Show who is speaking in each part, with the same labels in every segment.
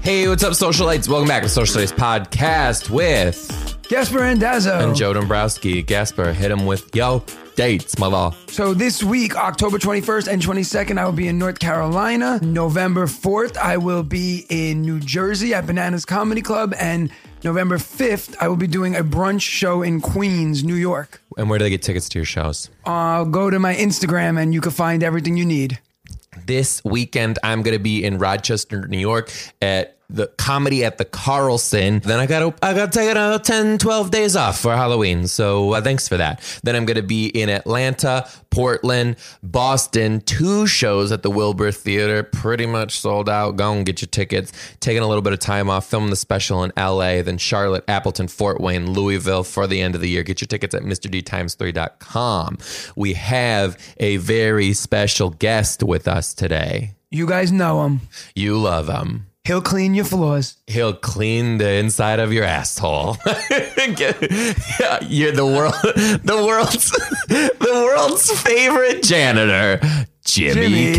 Speaker 1: Hey, what's up, socialites? Welcome back to Socialites Podcast with
Speaker 2: Gasper and Dazzo.
Speaker 1: and Joe Dombrowski. Gasper, hit him with yo dates, mother.
Speaker 2: So this week, October 21st and 22nd, I will be in North Carolina. November 4th, I will be in New Jersey at Bananas Comedy Club. And November 5th, I will be doing a brunch show in Queens, New York.
Speaker 1: And where do they get tickets to your shows?
Speaker 2: Uh, go to my Instagram and you can find everything you need.
Speaker 1: This weekend, I'm going to be in Rochester, New York at the comedy at the Carlson. Then I got to I got to take another 10, 12 days off for Halloween. So uh, thanks for that. Then I'm going to be in Atlanta, Portland, Boston, two shows at the Wilbur Theater, pretty much sold out. Go and get your tickets. Taking a little bit of time off, filming the special in LA, then Charlotte, Appleton, Fort Wayne, Louisville for the end of the year. Get your tickets at MrDTimes3.com. We have a very special guest with us today.
Speaker 2: You guys know him.
Speaker 1: You love him.
Speaker 2: He'll clean your floors.
Speaker 1: He'll clean the inside of your asshole. Yeah, You're the world, the world's, the world's favorite janitor, Jimmy, Cash.
Speaker 2: Jimmy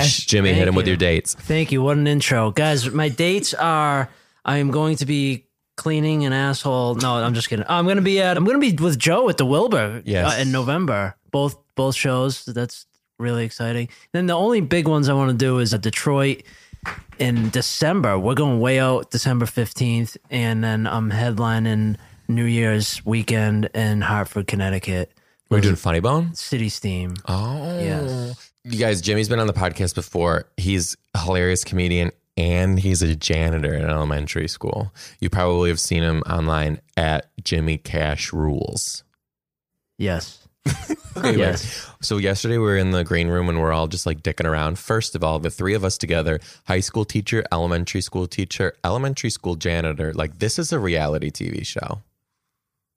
Speaker 2: Cash.
Speaker 1: Jimmy, hit
Speaker 3: Thank
Speaker 1: him with
Speaker 3: you.
Speaker 1: your dates.
Speaker 3: Thank you. What an intro. Guys, my dates are I am going to be cleaning an asshole. No, I'm just kidding. I'm going to be at I'm going to be with Joe at the Wilbur
Speaker 1: Yes.
Speaker 3: uh, in November. Both both shows. That's really exciting. Then the only big ones I want to do is at Detroit in December. We're going way out December 15th and then I'm headlining New Year's weekend in Hartford, Connecticut.
Speaker 1: We're doing Funny Bones.
Speaker 3: City Steam.
Speaker 1: Oh,
Speaker 3: Yes.
Speaker 1: You guys, Jimmy's been on the podcast before. He's a hilarious comedian and he's a janitor at an elementary school. You probably have seen him online at Jimmy Cash Rules.
Speaker 3: Yes.
Speaker 1: Anyway,
Speaker 3: Yes.
Speaker 1: So yesterday we were in the green room and we're all just like dicking around. First of all, the three of us together, high school teacher, elementary school teacher, elementary school janitor, like this is a reality TV show.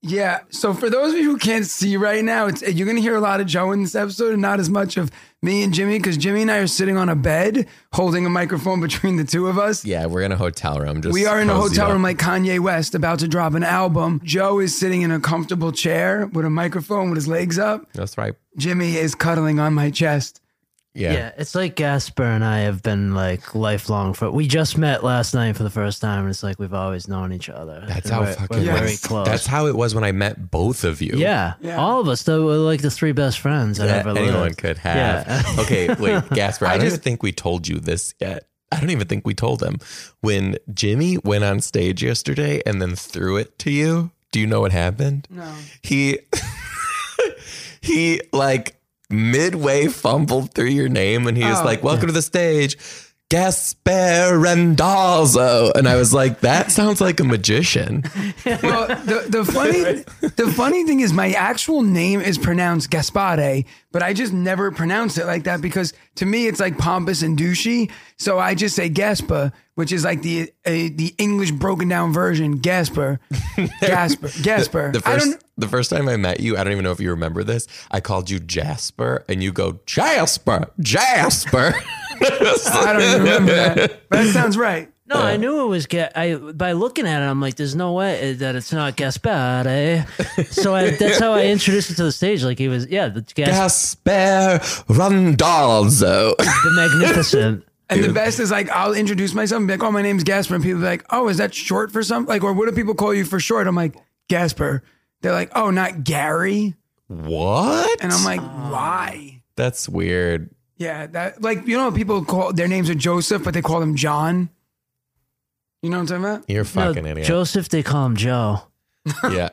Speaker 2: Yeah. So for those of you who can't see right now, it's you're gonna hear a lot of Joe in this episode and not as much of me and Jimmy because Jimmy and I are sitting on a bed holding a microphone between the two of us.
Speaker 1: Yeah, we're in a hotel room. Just
Speaker 2: We are in a
Speaker 1: cozy
Speaker 2: hotel
Speaker 1: up.
Speaker 2: room like Kanye West about to drop an album. Joe is sitting in a comfortable chair with a microphone with his legs up.
Speaker 1: That's right.
Speaker 2: Jimmy is cuddling on my chest.
Speaker 1: Yeah.
Speaker 3: Yeah. it's like Gasper and I have been like lifelong for. We just met last night for the first time, and it's like we've always known each other.
Speaker 1: That's
Speaker 3: And
Speaker 1: how
Speaker 3: we're,
Speaker 1: fucking
Speaker 3: we're
Speaker 2: Yes.
Speaker 3: very close.
Speaker 1: That's how it was when I met both of you.
Speaker 3: yeah,
Speaker 2: Yeah.
Speaker 3: all of us. Though we're like the three best friends I
Speaker 1: That
Speaker 3: ever lived.
Speaker 1: anyone could have.
Speaker 3: Yeah.
Speaker 1: okay, wait, Gasper, I,
Speaker 2: I
Speaker 1: don't
Speaker 2: just-
Speaker 1: even think we told you this yet. I don't even think we told him. When Jimmy went on stage yesterday and then threw it to you, do you know what happened?
Speaker 2: No.
Speaker 1: he he like midway fumbled through your name and he was
Speaker 2: Oh,
Speaker 1: like welcome to the stage Gasper Rendazzo. And I was like, that sounds like a magician.
Speaker 2: Well, the, the funny the funny thing is my actual name is pronounced Gaspare, but I just never pronounce it like that because to me it's like pompous and douchey. So I just say Gaspa, which is like the uh, the English broken down version. Gasper, Gasper, Gasper.
Speaker 1: The
Speaker 2: I
Speaker 1: first,
Speaker 2: don't.
Speaker 1: the first time I met you, I don't even know if you remember this. I called you Jasper, and you go Jasper, Jasper.
Speaker 2: I don't even remember that. But that sounds right.
Speaker 3: No, I knew it was. Ga- I by looking at it, I'm like, there's no way that it's not Gaspare. so I, that's how I introduced him to the stage. Like he was, yeah, the Gas-
Speaker 1: Jasper Rondalzo.
Speaker 3: the magnificent.
Speaker 2: And the best is like I'll introduce myself and be like, "Oh, my name's Gasper," and people be like, "Oh, is that short for something?" Like, or what do people call you for short? I'm like Gasper. They're like, "Oh, not Gary,"
Speaker 1: what?
Speaker 2: and I'm like, "Why?"
Speaker 1: that's weird.
Speaker 2: Yeah, that like you know how people call their names are Joseph, but they call them John. You know what I'm talking
Speaker 1: You're a
Speaker 3: No,
Speaker 1: fucking idiot.
Speaker 3: Joseph, they call him Joe.
Speaker 1: yeah.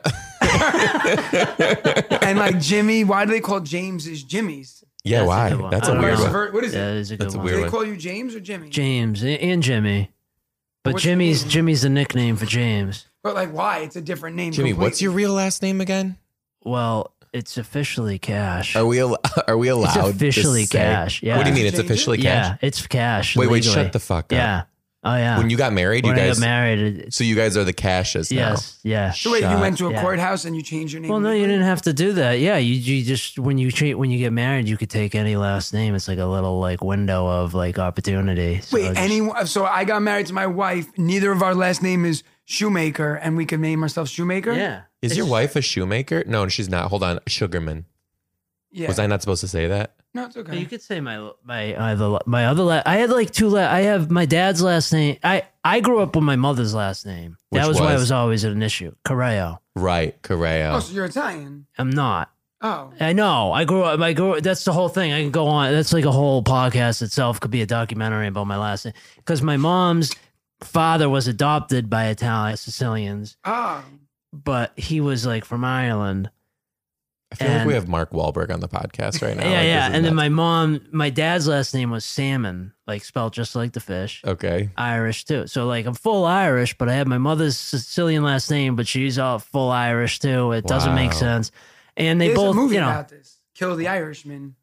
Speaker 2: about? And like Jimmy, why do they call Jameses Jimmys?
Speaker 1: Yeah,
Speaker 3: That's a
Speaker 1: why?
Speaker 3: good one.
Speaker 1: That's
Speaker 3: I
Speaker 1: a
Speaker 3: don't
Speaker 1: weird
Speaker 3: know.
Speaker 2: Vice
Speaker 1: one.
Speaker 2: versa. What is
Speaker 3: Yeah,
Speaker 2: it?
Speaker 3: that is a good
Speaker 1: That's a
Speaker 3: one.
Speaker 1: weird
Speaker 2: Do
Speaker 1: one.
Speaker 2: they call you James or Jimmy?
Speaker 3: James a- and Jimmy. But
Speaker 2: What's
Speaker 3: Jimmy's
Speaker 2: Jimmy?
Speaker 3: Jimmy's the nickname for James.
Speaker 2: But like, why? It's a different name.
Speaker 1: Jimmy, what's
Speaker 2: completely.
Speaker 1: your real last name again?
Speaker 3: Well, it's officially Cash.
Speaker 1: Are we al- are we allowed?
Speaker 3: it's
Speaker 1: to
Speaker 3: officially
Speaker 1: say-
Speaker 3: Cash. Yeah.
Speaker 1: What do you mean? It's
Speaker 2: Change it?
Speaker 1: officially
Speaker 3: yeah,
Speaker 1: Cash.
Speaker 3: it's Cash.
Speaker 1: Wait, wait,
Speaker 3: legally.
Speaker 1: shut the fuck up.
Speaker 3: Yeah. Oh yeah.
Speaker 1: When you got married,
Speaker 3: When
Speaker 1: you guys.
Speaker 3: I got married, it,
Speaker 1: So you guys are the Cashes now.
Speaker 3: yes, yeah.
Speaker 2: So wait, you
Speaker 1: shot?
Speaker 2: went to a
Speaker 3: Yeah.
Speaker 2: courthouse and you changed your name.
Speaker 3: Well, no, you didn't have to do that. Yeah, you you just when you treat when you get married, you could take any last name. It's like a little like window of like opportunity. So
Speaker 2: Wait,
Speaker 3: just-
Speaker 2: anyone? So I got married to my wife. Neither of our last name is Shoemaker, and we can name ourselves Shoemaker.
Speaker 3: Yeah.
Speaker 1: Is
Speaker 3: It's-
Speaker 1: your wife a shoemaker? No, she's not. Hold on, Sugarman.
Speaker 2: yeah.
Speaker 1: Was I not supposed to say that?
Speaker 2: No, it's
Speaker 3: You
Speaker 2: okay.
Speaker 3: could say my my my other, my other la- I had like two. La- I have my dad's last name. I I grew up with my mother's last name.
Speaker 1: Which
Speaker 3: that was, why it
Speaker 1: was?
Speaker 3: was always an issue. Correo.
Speaker 1: Right,
Speaker 2: Oh,
Speaker 1: Correo.
Speaker 2: so you're Italian.
Speaker 3: I'm not.
Speaker 2: Oh,
Speaker 3: I know. I grew up. I grew. That's the whole thing. I can go on. That's like a whole podcast itself. Could be a documentary about my last name because my mom's father was adopted by Italian Sicilians,
Speaker 2: ah,
Speaker 3: but he was like from Ireland.
Speaker 1: I feel like we
Speaker 3: and-
Speaker 1: have Mark Wahlberg on the podcast right now.
Speaker 3: yeah,
Speaker 1: Like,
Speaker 3: yeah.
Speaker 1: isn't
Speaker 3: And then
Speaker 1: that-
Speaker 3: my mom, my dad's last name was Salmon, like spelled just like the fish.
Speaker 1: okay,
Speaker 3: Irish too. So like I'm full Irish, but I have my mother's Sicilian last name, but she's all full Irish too. It doesn't make
Speaker 1: Wow.
Speaker 3: sense. And they
Speaker 2: there's
Speaker 3: both,
Speaker 2: a movie
Speaker 3: you know,
Speaker 2: about this. Kill the Irishman.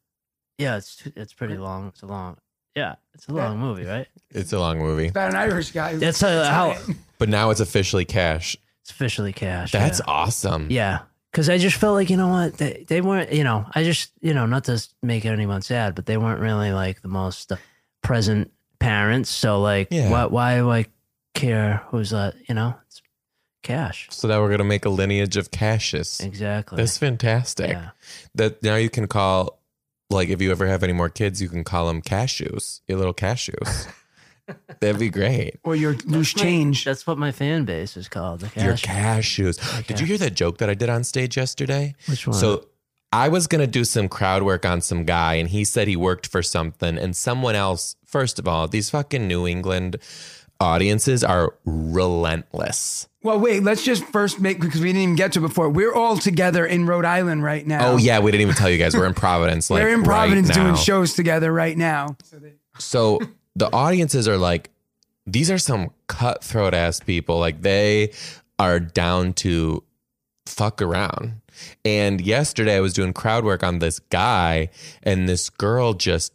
Speaker 3: yeah, it's it's pretty long. It's a long, yeah, it's a
Speaker 2: Yeah.
Speaker 3: long movie, right?
Speaker 1: it's a long movie,
Speaker 2: About an Irish guy. who-
Speaker 1: uh,
Speaker 3: That's how, how
Speaker 1: but now it's officially cash.
Speaker 3: it's officially cash.
Speaker 1: That's
Speaker 3: yeah.
Speaker 1: awesome.
Speaker 3: yeah. Cause I just felt like, you know what, they, they weren't, you know, I just, you know, not to make anyone sad, but they weren't really like the most present parents. So like,
Speaker 1: Yeah.
Speaker 3: why, why do I care who's that, you know, it's cash.
Speaker 1: So now we're gonna make a lineage of Cassius.
Speaker 3: Exactly.
Speaker 1: That's fantastic.
Speaker 3: Yeah.
Speaker 1: That now you can call, like, if you ever have any more kids, you can call them cashews, your little cashews. That'd be great.
Speaker 2: or your loose
Speaker 3: my-
Speaker 2: change.
Speaker 3: That's what my fan base is called. The
Speaker 1: Your
Speaker 3: cash.
Speaker 1: cashews. Did you hear that joke that I did on stage yesterday?
Speaker 3: Which one?
Speaker 1: So I was going to do some crowd work on some guy, and he said he worked for something, and someone else. First of all, these fucking New England audiences are relentless.
Speaker 2: Well, wait, let's just first make because we didn't even get to it before. We're all together in Rhode Island right now.
Speaker 1: Oh yeah, we didn't even tell you guys we're in Providence. Like,
Speaker 2: We're in Providence
Speaker 1: right
Speaker 2: doing
Speaker 1: now.
Speaker 2: shows together right now.
Speaker 1: So the audiences are like, these are some cutthroat ass people. Like they are down to fuck around. And yesterday I was doing crowd work on this guy, and this girl just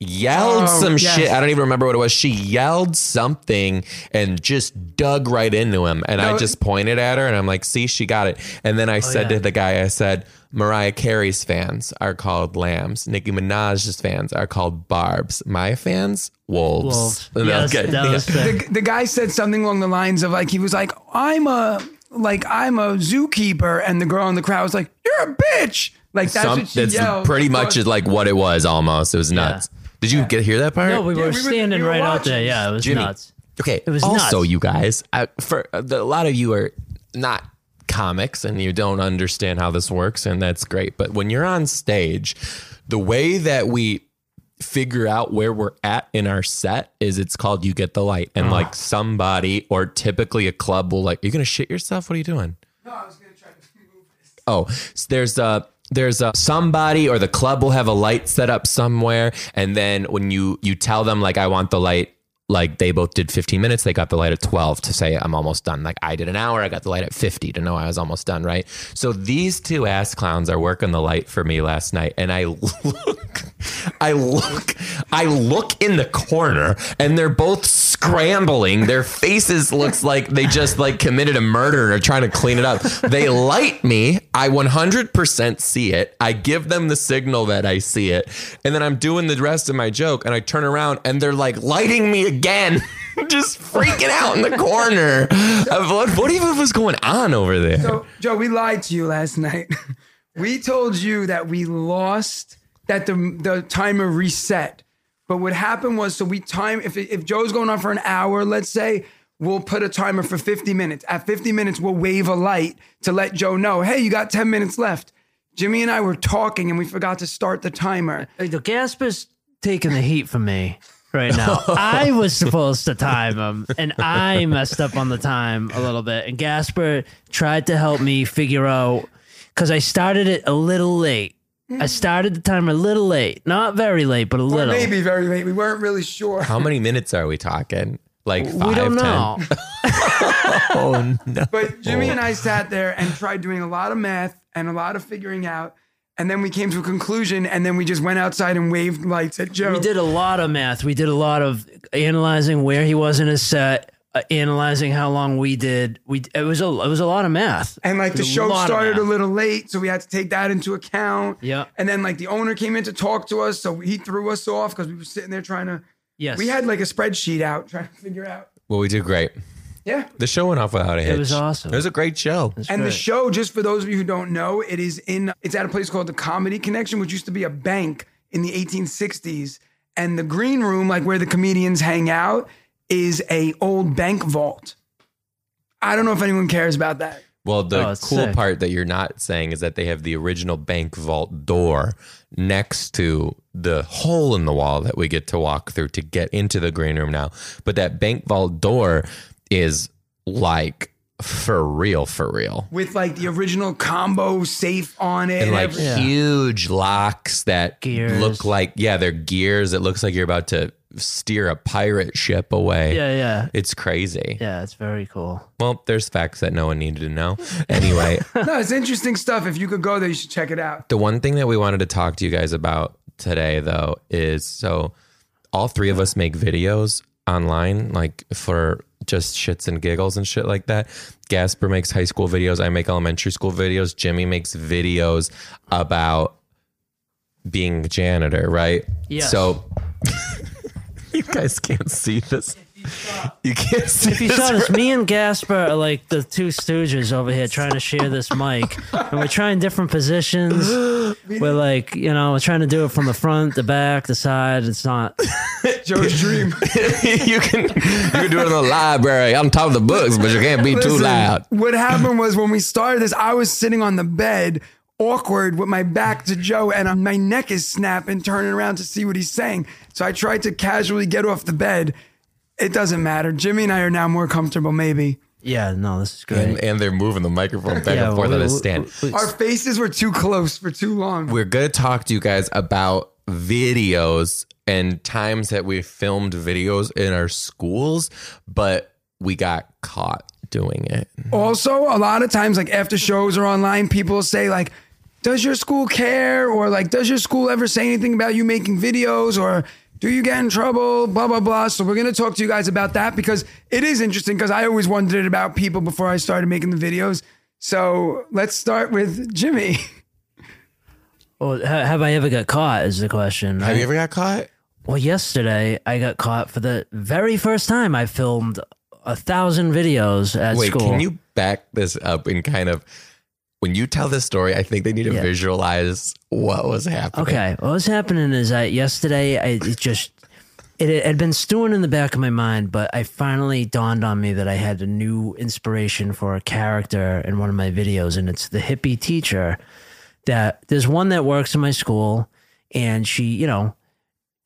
Speaker 1: yelled
Speaker 2: Oh,
Speaker 1: some
Speaker 2: yes.
Speaker 1: shit. I don't even remember what it was. She yelled something and just dug right into him. And I
Speaker 2: No.
Speaker 1: just pointed at her and I'm like, see, she got it. And then I said
Speaker 3: Oh, yeah.
Speaker 1: to the guy, I said, Mariah Carey's fans are called lambs. Nicki Minaj's fans are called barbs. My fans, wolves.
Speaker 3: Wolves.
Speaker 1: And that was
Speaker 3: Yes,
Speaker 1: good.
Speaker 3: that was
Speaker 1: Yeah.
Speaker 3: the-
Speaker 2: The, the guy said something along the lines of like he was like, "I'm a like I'm a zookeeper," and the girl in the crowd was like, "You're a bitch!" Like that's
Speaker 1: Some-
Speaker 2: what she
Speaker 1: that's
Speaker 2: yelled.
Speaker 1: pretty much is like what it was almost. It was nuts. Did you get hear that part?
Speaker 3: no, we
Speaker 2: Yeah,
Speaker 3: were
Speaker 2: we were-
Speaker 3: standing
Speaker 2: we were
Speaker 3: right out there.
Speaker 2: watching.
Speaker 3: Yeah, it was
Speaker 1: Jimmy.
Speaker 3: nuts.
Speaker 1: Okay. It
Speaker 3: was
Speaker 1: also,
Speaker 3: nuts.
Speaker 1: you guys, I, for uh, the, a lot of you are not comics and you don't understand how this works, and that's great. But when you're on stage, the way that we figure out where we're at in our set is it's called you get the light,
Speaker 3: Ah.
Speaker 1: and like somebody or typically a club will like, you're gonna shit yourself. What are you doing? oh s- there's a there's a somebody or the club will have a light set up somewhere and then when you you tell them like i want the light like they both did 15 minutes they got the light at 12 to say i'm almost done like i did an hour i got the light at 50 to know i was almost done right so these two ass clowns are working the light for me last night and i look i look i look in the corner and they're both scrambling their faces looks like they just like committed a murder and are trying to clean it up they light me i 100% see it i give them the signal that i see it and then i'm doing the rest of my joke and i turn around and they're like lighting me again just freaking out in the corner of what, what even was going on over there
Speaker 2: So, Joe, we lied to you last night. we told you that we lost, that the the timer reset. But what happened was, so we time if if Joe's going on for an hour, let's say. We'll put a timer for 50 minutes. At 50 minutes, we'll wave a light to let Joe know, hey, you got 10 minutes left. Jimmy and I were talking and we forgot to start the timer.
Speaker 3: Like, the Gasper's taking the heat from me right now. I was supposed to time him, and I messed up on the time a little bit. And Gasper tried to help me figure out because I started it a little late. I started the timer a little late, not very late, but a
Speaker 2: Or
Speaker 3: little.
Speaker 2: maybe very late. We weren't really sure.
Speaker 1: how many minutes are we talking like five
Speaker 3: we
Speaker 1: 10?
Speaker 3: don't know.
Speaker 1: oh no
Speaker 2: But Jimmy and I sat there and tried doing a lot of math and a lot of figuring out. And then we came to a conclusion and then we just went outside and waved lights at Joe.
Speaker 3: We did a lot of math. We did a lot of analyzing where he was in his set, uh, analyzing how long we did. We it was a it was a lot of math.
Speaker 2: And like the
Speaker 3: There's a
Speaker 2: show
Speaker 3: lot of
Speaker 2: started a
Speaker 3: math.
Speaker 2: little late, so we had to take that into account.
Speaker 3: Yeah.
Speaker 2: And then like the owner came in to talk to us, so he threw us off because we were sitting there trying to.
Speaker 3: Yes,
Speaker 2: We had like a spreadsheet out trying to figure out.
Speaker 1: well we did great
Speaker 2: Yeah.
Speaker 1: the show went off without a hitch
Speaker 3: was awesome.
Speaker 1: it was a great show
Speaker 2: And the
Speaker 3: Right.
Speaker 2: show, just for those of you who don't know, it is in. It's at a place called the Comedy Connection, which used to be a bank. in the 1860s, and the green room, like where the comedians hang out, is a old bank vault. I don't know if anyone cares about that.
Speaker 1: Well, the
Speaker 3: Oh, it's
Speaker 1: cool
Speaker 3: sick.
Speaker 1: part that you're not saying is that they have the original bank vault door next to the hole in the wall that we get to walk through to get into the green room now. But that bank vault door is like for real, for real.
Speaker 2: With like the original combo safe on it.
Speaker 1: And like
Speaker 2: every-
Speaker 1: huge locks that
Speaker 3: Gears.
Speaker 1: look like, yeah, they're gears. It looks like you're about to steer a pirate ship away.
Speaker 3: Yeah, yeah.
Speaker 1: It's crazy.
Speaker 3: Yeah, it's very cool.
Speaker 1: Well, there's facts that no one needed to know. Anyway,
Speaker 2: no, it's interesting stuff. If you could go there, you should check it out.
Speaker 1: The one thing that we wanted to talk to you guys about today, though, is so all three of us make videos online, like for just shits and giggles and shit like that. Gasper makes high school videos. I make elementary school videos. Jimmy makes videos about being a janitor, right?
Speaker 3: Yes.
Speaker 1: So you guys can't see this. You can't see
Speaker 3: You
Speaker 1: this.
Speaker 3: saw this. Me and Gasper are like the two stooges over here trying to share this mic, and we're trying different positions. We're like, you know, we're trying to do it from the front, the back, the side. It's not.
Speaker 2: Joe's dream.
Speaker 1: you can you can do it in the library on top of the books, but you can't be too
Speaker 2: Listen,
Speaker 1: loud.
Speaker 2: What happened was when we started this, I was sitting on the bed, awkward, with my back to Joe, and uh, my neck is snapping, turning around to see what he's saying. So I tried to casually get off the bed. It doesn't matter. Jimmy and I are now more comfortable, maybe.
Speaker 3: Yeah, no, this is great.
Speaker 1: and, and they're moving the microphone back
Speaker 3: yeah,
Speaker 1: and forth
Speaker 3: we-
Speaker 1: on a
Speaker 3: we-
Speaker 1: stand.
Speaker 3: we-
Speaker 2: Our faces were too close for too long.
Speaker 1: We're going to talk to you guys about videos and times that we filmed videos in our schools, but we got caught doing it.
Speaker 2: also, a lot of times, like after shows or online, people say, like, does your school care? Or like, does your school ever say anything about you making videos? Or do you get in trouble? Blah, blah, blah. So we're going to talk to you guys about that because it is interesting because I always wondered about people before I started making the videos. So let's start with Jimmy.
Speaker 3: Well, ha- have I ever got caught? Is the question.
Speaker 1: Have
Speaker 3: right?
Speaker 1: you ever got caught?
Speaker 3: Well, yesterday I got caught for the very first time. I filmed a thousand videos at
Speaker 1: Wait,
Speaker 3: school.
Speaker 1: can you back this up and kind of when you tell this story, I think they need to
Speaker 3: Yeah.
Speaker 1: visualize what was happening.
Speaker 3: Okay, what was happening is that yesterday I it just it had been stewing in the back of my mind, but I finally dawned on me that I had a new inspiration for a character in one of my videos, and it's the hippie teacher. That there's one that works in my school, and she, you know,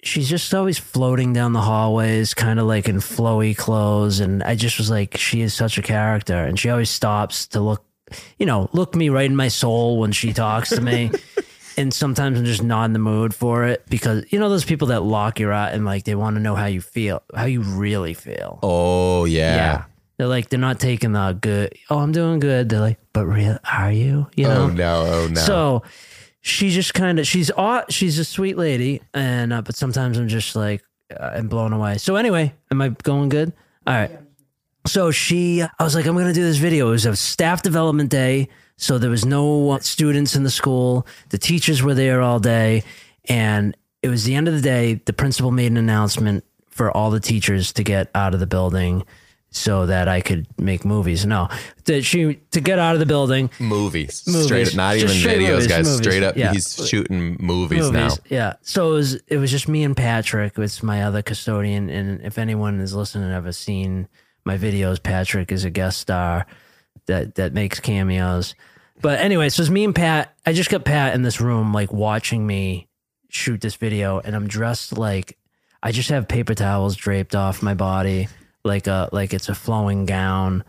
Speaker 3: she's just always floating down the hallways, kind of like in flowy clothes. And I just was like, she is such a character. And she always stops to look, you know, look me right in my soul when she talks to me. and sometimes I'm just not in the mood for it because, you know, those people that lock your eye and like they want to know how you feel, how you really feel.
Speaker 1: Oh, yeah.
Speaker 3: They're like, they're not taking the good, oh, I'm doing good. They're like, but real, are you? You know?
Speaker 1: Oh, no. Oh, no.
Speaker 3: So she just kind of she's aw- she's a sweet lady, and uh, but sometimes I'm just like uh, I'm blown away. So anyway, am I going good? All right. So she, I was like, I'm gonna do this video. It was a staff development day, so there was no uh, students in the school. The teachers were there all day, and it was the end of the day. The principal made an announcement for all the teachers to get out of the building. So that I could make movies. No, that she to get out of the building.
Speaker 1: movies. Straight
Speaker 3: Movies.
Speaker 1: up, not
Speaker 3: Just
Speaker 1: even
Speaker 3: straight
Speaker 1: videos,
Speaker 3: movies,
Speaker 1: guys.
Speaker 3: movies.
Speaker 1: Straight up,
Speaker 3: Yeah.
Speaker 1: he's shooting movies, now.
Speaker 3: Yeah. So it was it was just me and Patrick. It's my other custodian. And if anyone is listening and ever seen my videos, Patrick is a guest star that that makes cameos. But anyway, so it's me and Pat. I just got Pat in this room, like watching me shoot this video, and I'm dressed like I just have paper towels draped off my body, like a like it's a flowing gown,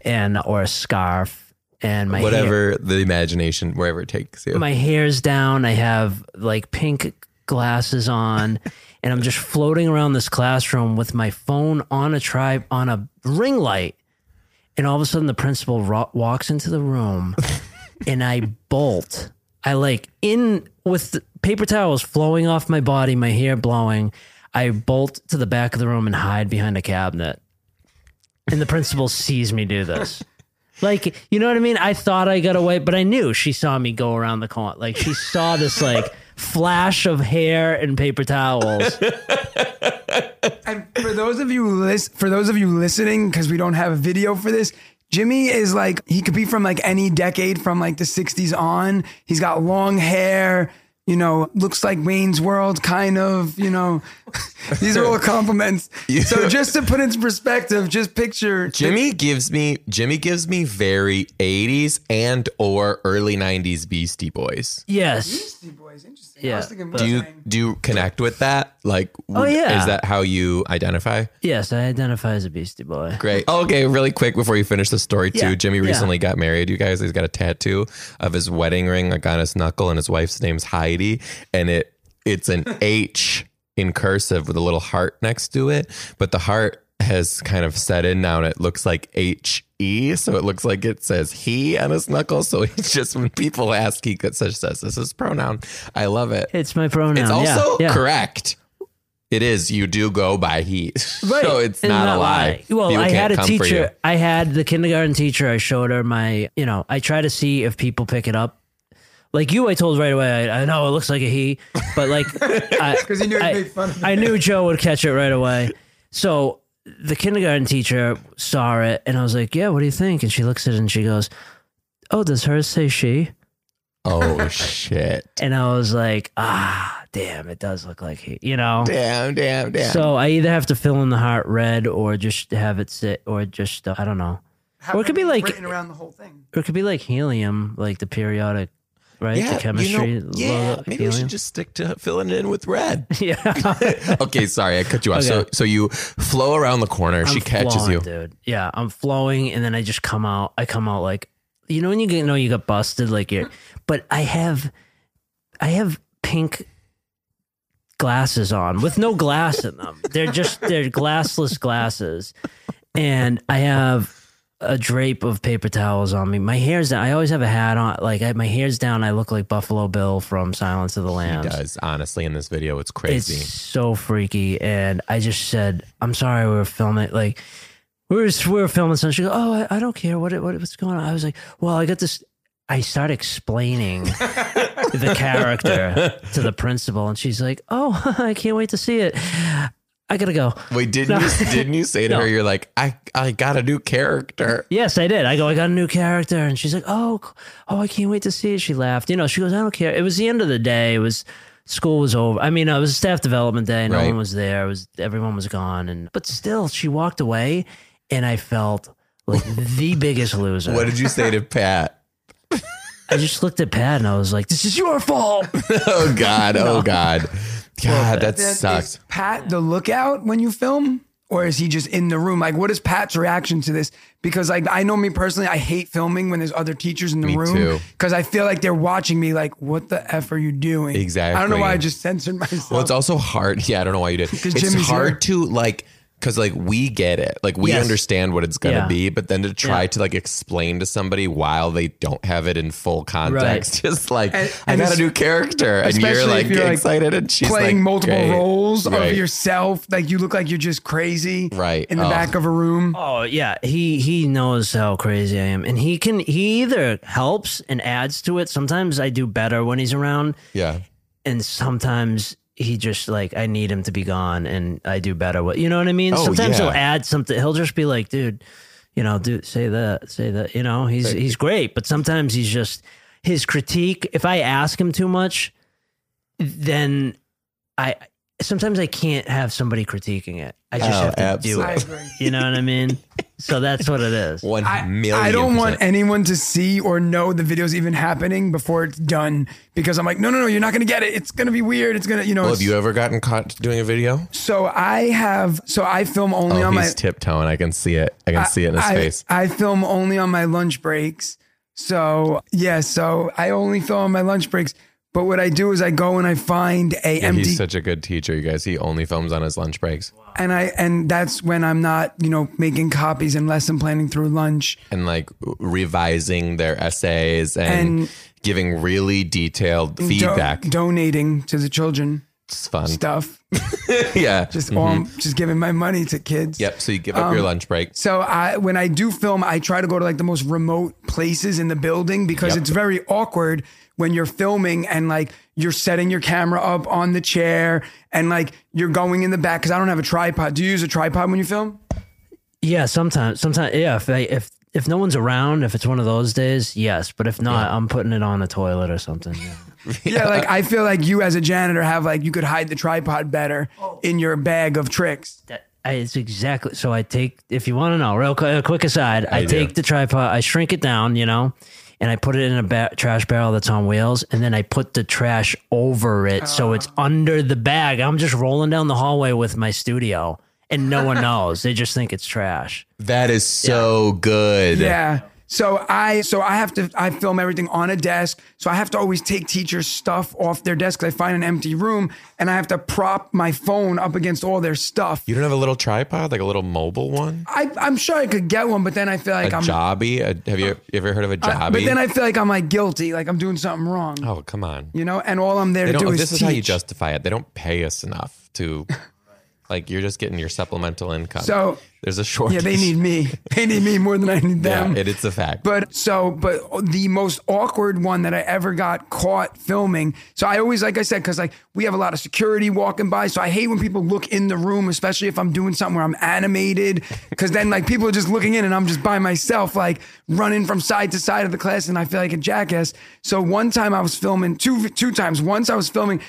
Speaker 3: and or a scarf, and my hair-
Speaker 1: Whatever the imagination, wherever it takes you.
Speaker 3: my hair's down. I have like pink glasses on, and I'm just floating around this classroom with my phone on a tri on a ring light. And all of a sudden, the principal ro- walks into the room, and I bolt. I like in with the paper towels flowing off my body, my hair blowing. I bolt to the back of the room and hide behind a cabinet. And the principal sees me do this. Like, you know what I mean? I thought I got away, but I knew she saw me go around the corner. Like, she saw this, like, flash of hair and paper towels.
Speaker 2: And for those of you list, for those of you listening, because we don't have a video for this, Jimmy is like he could be from like any decade, from like the '60s on. He's got long hair. you know, looks like Wayne's World, kind of, you know. These are all compliments. So just to put into perspective, just picture
Speaker 1: Jimmy gives me Jimmy gives me very 80s and or early 90s Beastie Boys.
Speaker 3: Yes.
Speaker 2: Boys, interesting.
Speaker 3: Yeah,
Speaker 2: I was thinking
Speaker 3: but-
Speaker 1: Do you
Speaker 2: Wu-Tang.
Speaker 1: do you connect with that? Like
Speaker 3: Oh, yeah.
Speaker 1: is that how you identify?
Speaker 3: Yes, I identify as a Beastie Boy.
Speaker 1: Great. Oh, okay, really quick before you finish the story too.
Speaker 3: Yeah,
Speaker 1: Jimmy
Speaker 3: yeah.
Speaker 1: recently got married. You guys, he's got a tattoo of his wedding ring like on his knuckle, and his wife's name's Heidi, and it it's an H in cursive with a little heart next to it, but the heart has kind of set in now, and it looks like H E, so it looks like it says he on his knuckle. So he's just when people ask, he could- says says this is pronoun. I love it.
Speaker 3: It's my pronoun.
Speaker 1: It's
Speaker 3: yeah,
Speaker 1: also
Speaker 3: yeah.
Speaker 1: correct. It is. You do go by he.
Speaker 3: Right.
Speaker 1: So it's
Speaker 3: And
Speaker 1: not, a lie.
Speaker 3: Well,
Speaker 1: People
Speaker 3: I had
Speaker 1: can't
Speaker 3: a
Speaker 1: come for you.
Speaker 3: teacher. I had the kindergarten teacher. I showed her my, you know, I try to see if people pick it up. Like you, I told right away, I, I know it looks like a he, but like, because
Speaker 2: he knew he'd
Speaker 3: I,
Speaker 2: make fun of
Speaker 3: I knew Joe would catch it right away. So the kindergarten teacher saw it and I was like, yeah, what do you think? And she looks at it and she goes, oh, does hers say she?
Speaker 1: Oh shit!
Speaker 3: And I was like, ah, damn, it does look like he, you know?
Speaker 1: Damn! Damn! Damn!
Speaker 3: So I either have to fill in the heart red or just have it sit or just uh, I don't know. Or it could be like
Speaker 2: written around the whole thing.
Speaker 3: or it could be like helium, like the periodic, right? the chemistry.
Speaker 1: You know, yeah,
Speaker 3: logo,
Speaker 1: maybe we should
Speaker 3: helium.
Speaker 1: just stick to filling it in with red.
Speaker 3: yeah.
Speaker 1: okay, sorry, I cut you off. So,
Speaker 3: Okay.
Speaker 1: so you flow around the corner. she
Speaker 3: I'm
Speaker 1: catches
Speaker 3: flowing,
Speaker 1: you.
Speaker 3: dude. Yeah, I'm flowing, and then I just come out. I come out like you know when you get, know you got busted, like you're. But I have, I have pink glasses on with no glass in them. They're just they're glassless glasses, and I have a drape of paper towels on me. My hair's down. I always have a hat on. Like I, my hair's down. I look like Buffalo Bill from Silence of the Lambs.
Speaker 1: He does honestly in this video, it's crazy.
Speaker 3: It's so freaky. And I just said, I'm sorry we were filming. Like, we were, we were filming something. She goes, Oh, I, I don't care. What, what What's going on? I was like, Well, I got this. I start explaining the character to the principal. And she's like, Oh, I can't wait to see it. I got to go.
Speaker 1: Wait, didn't you didn't you say to
Speaker 3: No.
Speaker 1: her, "You're like, I I got a new character."
Speaker 3: Yes, I did. I go, I got a new character. And she's like, Oh, c- oh, I can't wait to see it. She laughed. You know, she goes, I don't care. It was the end of the day. It was school was over. I mean, it was a staff development day. No
Speaker 1: Right.
Speaker 3: one was there. It was everyone was gone. And but still, she walked away and I felt like the biggest loser.
Speaker 1: What did you say to Pat?
Speaker 3: I just looked at Pat and I was like, This is your fault.
Speaker 1: Oh God! Oh God! God, that
Speaker 2: Then is
Speaker 1: sucks.
Speaker 2: Pat the lookout when you film? Or is he just in the room? Like, what is Pat's reaction to this? Because, like, I know me personally, I hate filming when there's other teachers in the
Speaker 1: Me
Speaker 2: room
Speaker 1: too.
Speaker 2: because I feel like they're watching me. Like, what the f are you doing? I don't know
Speaker 1: Exactly.
Speaker 2: why I just censored myself.
Speaker 1: Well, it's also hard. Yeah, I don't know why you did. It's
Speaker 2: Jimmy's
Speaker 1: hard
Speaker 2: here.
Speaker 1: to like because like we get it, like we
Speaker 3: Yes.
Speaker 1: understand what it's gonna
Speaker 3: Yeah.
Speaker 1: be, but then to try
Speaker 3: Yeah.
Speaker 1: to like explain to somebody while they don't have it in full context, just like
Speaker 2: And-
Speaker 1: I
Speaker 2: and
Speaker 1: got a
Speaker 2: es-
Speaker 1: new character, and
Speaker 2: especially
Speaker 1: you're
Speaker 2: if
Speaker 1: like
Speaker 2: you're, like,
Speaker 1: excited, and she's
Speaker 2: playing
Speaker 1: like,
Speaker 2: multiple
Speaker 1: great.
Speaker 2: roles
Speaker 1: Right.
Speaker 2: of yourself. Like, you look like you're just crazy
Speaker 1: Right.
Speaker 2: in the
Speaker 1: Ugh.
Speaker 2: back of a room.
Speaker 3: Oh yeah, he he knows how crazy I am, and he can he either helps and adds to it. Sometimes I do better when he's around,
Speaker 1: Yeah,
Speaker 3: and sometimes he just like I need him to be gone, and I do better. What you know what I mean?
Speaker 1: Oh,
Speaker 3: sometimes
Speaker 1: yeah.
Speaker 3: he'll add something. He'll just be like, dude, you know, dude, say that, say that. You know, he's he's great, but sometimes he's just his critique. If I ask him too much, then I sometimes I can't have somebody critiquing it. I just
Speaker 1: Oh,
Speaker 3: have to
Speaker 1: absolutely.
Speaker 2: I
Speaker 3: do it.
Speaker 2: agree.
Speaker 3: You know what I mean? so that's what it is.
Speaker 1: one
Speaker 2: I,
Speaker 1: million.
Speaker 2: I don't want
Speaker 1: percent.
Speaker 2: anyone to see or know the video's even happening before it's done because I'm like, no, no, no, you're not going to get it. It's going to be weird. It's going to, you know.
Speaker 1: Well, have
Speaker 2: it's-
Speaker 1: you ever gotten caught doing a video?
Speaker 2: so I have, so I film only
Speaker 1: Oh,
Speaker 2: on my.
Speaker 1: he's tiptoeing. I can see it. I can see it in his
Speaker 2: I,
Speaker 1: face.
Speaker 2: I film only on my lunch breaks. So yeah, so I only film on my lunch breaks. But what I do is I go and I find a
Speaker 1: And
Speaker 2: empty
Speaker 1: he's such a good teacher, you guys. He only films on his lunch breaks.
Speaker 2: and I and that's when I'm not, you know, making copies and lesson planning through lunch.
Speaker 1: and like revising their essays and,
Speaker 2: And-
Speaker 1: giving really detailed
Speaker 2: Do-
Speaker 1: feedback.
Speaker 2: donating to the children
Speaker 1: it's fun.
Speaker 2: stuff.
Speaker 1: yeah.
Speaker 2: Just Um, all, just giving my money to kids.
Speaker 1: yep. So you give up your lunch break.
Speaker 2: So I, when I do film, I try to go to like the most remote places in the building because
Speaker 1: Yep.
Speaker 2: it's very awkward when you're filming and like you're setting your camera up on the chair and like you're going in the back because I don't have a tripod. Do you use a tripod when you film?
Speaker 3: Yeah, sometimes, sometimes, yeah. If I, if if no one's around, if it's one of those days, yes. But if not, I'm putting it on the toilet or something. yeah.
Speaker 2: Yeah, like I feel like you as a janitor have like you could hide the tripod better in your bag of tricks.
Speaker 3: That, I, it's exactly so. I take if you want to know, real quick, quick aside. I,
Speaker 1: do.
Speaker 3: take the tripod, I shrink it down, you know, and I put it in a ba- trash barrel that's on wheels, and then I put the trash over it so it's under the bag. I'm just rolling down the hallway with my studio, and no one knows. They just think it's trash.
Speaker 1: That is so good.
Speaker 2: Yeah. So I so I have to I film everything on a desk. So I have to always take teachers' stuff off their desk. I find an empty room and I have to prop my phone up against all their stuff.
Speaker 1: You don't have a little tripod, like a little mobile one?
Speaker 2: I, I'm sure I could get one, but then I feel
Speaker 1: A
Speaker 2: like I'm.
Speaker 1: jobby? A- have you ever heard of a jobby?
Speaker 2: Um, uh, But then I feel like I'm like guilty, like I'm doing something wrong,
Speaker 1: oh, come on.
Speaker 2: you know. And all I'm there
Speaker 1: They
Speaker 2: to do
Speaker 1: don't,
Speaker 2: is
Speaker 1: this is how you
Speaker 2: teach.
Speaker 1: justify it. They don't pay us enough to, like, you're just getting your supplemental income.
Speaker 2: So-
Speaker 1: there's a shortage.
Speaker 2: Yeah, they need me. They need me more than I need
Speaker 1: Yeah,
Speaker 2: them.
Speaker 1: it, it's a fact.
Speaker 2: But so, but the most awkward one that I ever got caught filming. So I always, like I said, because like we have a lot of security walking by. So I hate when people look in the room, especially if I'm doing something where I'm animated. Because then like people are just looking in and I'm just by myself, like running from side to side of the class, and I feel like a jackass. So one time I was filming two two times. Once I was filming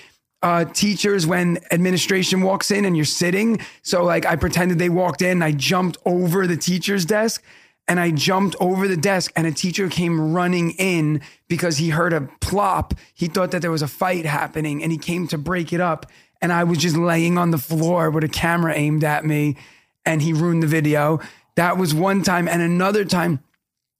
Speaker 2: uh, teachers when administration walks in and you're sitting. So like I pretended they walked in, I jumped over the teacher's desk and I jumped over the desk and a teacher came running in because he heard a plop. He thought that there was a fight happening and he came to break it up and I was just laying on the floor with a camera aimed at me and he ruined the video. That was one time and another time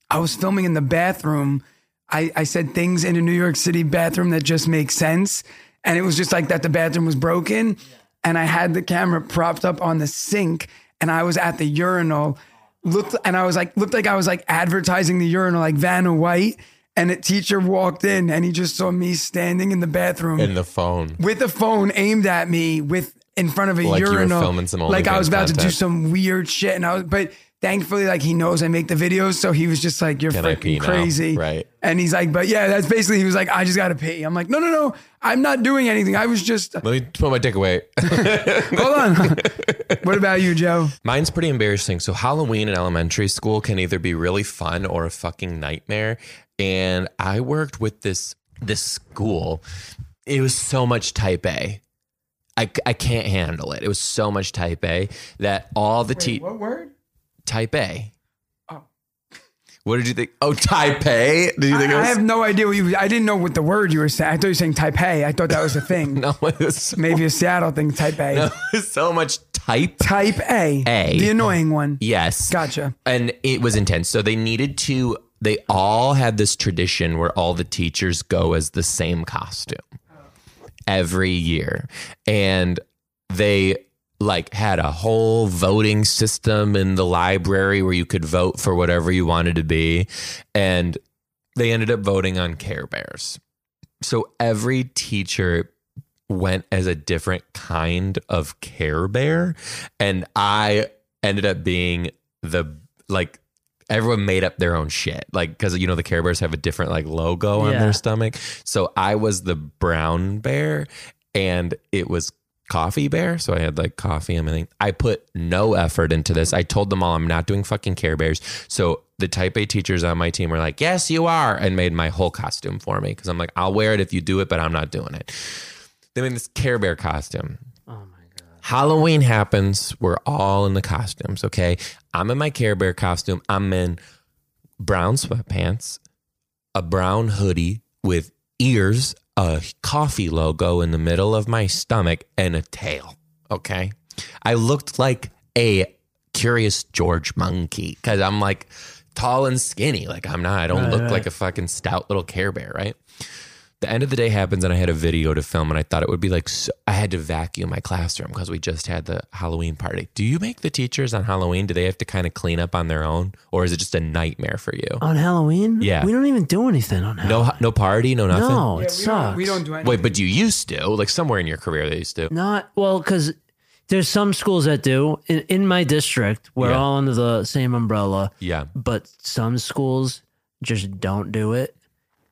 Speaker 2: I was filming in the bathroom. I, I said things in a New York City bathroom that just make sense. And it was just like that the bathroom was broken. And I had the camera propped up on the sink and I was at the urinal. Looked and I was like, looked like I was like advertising the urinal, like Vanna White. And a teacher walked in and he just saw me standing in the bathroom
Speaker 1: in the phone.
Speaker 2: with a phone aimed at me with in front of a
Speaker 1: Like you were
Speaker 2: urinal.
Speaker 1: filming some
Speaker 2: like I
Speaker 1: OnlyFans
Speaker 2: was about to do
Speaker 1: content.
Speaker 2: some weird shit, and I was, but thankfully, like he knows I make the videos, so he was just like, "You're
Speaker 1: Can I pee
Speaker 2: freaking
Speaker 1: now?"
Speaker 2: crazy,"
Speaker 1: Right.
Speaker 2: And he's like, "But yeah, that's basically." He was like, "I just got to pee." I'm like, "No, no, no, I'm not doing anything. I was just hold
Speaker 1: Let me put my dick away.
Speaker 2: on." what about you, Joe?
Speaker 1: Mine's pretty embarrassing. So Halloween in elementary school can either be really fun or a fucking nightmare. And I worked with this this school. It was so much type A. I, I can't handle it. It was so much type A that all the te-
Speaker 2: What word?
Speaker 1: type A.
Speaker 2: Oh.
Speaker 1: What did you think? Oh, type A? Did you
Speaker 2: I,
Speaker 1: think it was?
Speaker 2: I have no idea what you. I didn't know what the word you were saying. I thought you were saying Taipei. I thought that was a thing.
Speaker 1: no, it was,
Speaker 2: Maybe a Seattle thing. Type A.
Speaker 1: it was so much type.
Speaker 2: Type A.
Speaker 1: A.
Speaker 2: The annoying one.
Speaker 1: Yes.
Speaker 2: Gotcha.
Speaker 1: and it was intense. So they needed to. They all had this tradition where all the teachers go as the same costume every year, and they like had a whole voting system in the library where you could vote for whatever you wanted to be, and they ended up voting on Care Bears. So every teacher went as a different kind of Care Bear, and I ended up being the like everyone made up their own shit like because you know the care bears have a different like logo on
Speaker 3: Yeah.
Speaker 1: their stomach so i was the brown bear and it was coffee bear so i had like coffee and everything i put no effort into this i told them all i'm not doing fucking care bears so the type a teachers on my team were like yes you are and made my whole costume for me because i'm like i'll wear it if you do it but i'm not doing it they made this care bear costume
Speaker 3: Oh my god!
Speaker 1: Halloween happens. We're all in the costumes, okay? I'm in my Care Bear costume. I'm in brown sweatpants, a brown hoodie with ears, a coffee logo in the middle of my stomach, and a tail, okay? I looked like a curious George monkey because I'm like tall and skinny. Like, I'm not, I don't
Speaker 3: Right,
Speaker 1: look
Speaker 3: right.
Speaker 1: like a fucking stout little Care Bear, right? the end of the day happens and i had a video to film and i thought it would be like so, i had to vacuum my classroom because we just had the halloween party do you make the teachers on halloween do they have to kind of clean up on their own or is it just a nightmare for you
Speaker 3: On Halloween,
Speaker 1: Yeah.
Speaker 3: we don't even do anything on Halloween.
Speaker 1: no no party no nothing
Speaker 2: Yeah,
Speaker 3: No, it
Speaker 2: we,
Speaker 3: sucks.
Speaker 2: don't, we don't do anything.
Speaker 1: wait but you used to like somewhere in your career they used to
Speaker 3: Not well, because there's some schools that do. In, in my district, we're
Speaker 1: Yeah.
Speaker 3: all under the same umbrella,
Speaker 1: yeah
Speaker 3: but some schools just don't do it,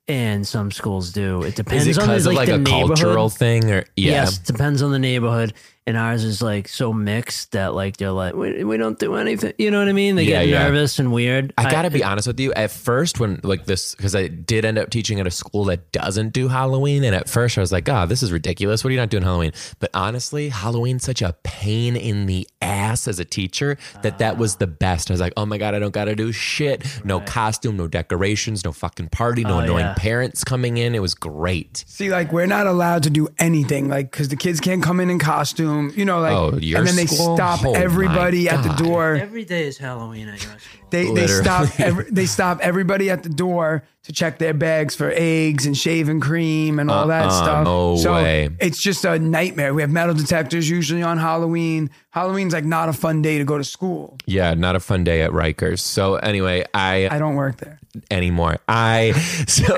Speaker 3: and some schools do. It
Speaker 1: is
Speaker 3: depends
Speaker 1: it
Speaker 3: on
Speaker 1: because
Speaker 3: the,
Speaker 1: of
Speaker 3: like,
Speaker 1: like
Speaker 3: the
Speaker 1: a
Speaker 3: neighborhood.
Speaker 1: cultural thing or yeah
Speaker 3: Yes, depends on the neighborhood, and ours is like so mixed that like they're like we, we don't do anything. You know what I mean? They
Speaker 1: Yeah,
Speaker 3: get
Speaker 1: yeah.
Speaker 3: nervous and weird.
Speaker 1: I gotta be honest with you. At first, when like this, because I did end up teaching at a school that doesn't do Halloween, and at first I was like, "Ah, this is ridiculous. What are you not doing Halloween?" But honestly, Halloween's such a pain in the ass as a teacher that that was the best. I was like, "Oh my god, I don't gotta do shit. No costume, no decorations, no fucking party, no
Speaker 3: Oh,
Speaker 1: annoying
Speaker 3: yeah.
Speaker 1: parents coming in. It was great."
Speaker 2: See, like we're not allowed to do anything, like because the kids can't come in in costume, you know, like,
Speaker 1: Oh, your
Speaker 2: and then they
Speaker 1: school?
Speaker 2: stop
Speaker 1: Oh, my
Speaker 2: everybody at the
Speaker 1: God.
Speaker 2: door.
Speaker 3: Every day is Halloween at your school.
Speaker 2: They they
Speaker 1: Literally.
Speaker 2: stop every, they stop everybody at the door to check their bags for eggs and shaving cream and all that
Speaker 1: Uh-uh,
Speaker 2: stuff.
Speaker 1: no
Speaker 2: so
Speaker 1: way.
Speaker 2: it's just a nightmare. We have metal detectors usually on Halloween. Halloween's like not a fun day to go to school.
Speaker 1: Yeah, not a fun day at Rikers. So anyway, I
Speaker 2: I don't work there.
Speaker 1: anymore. I so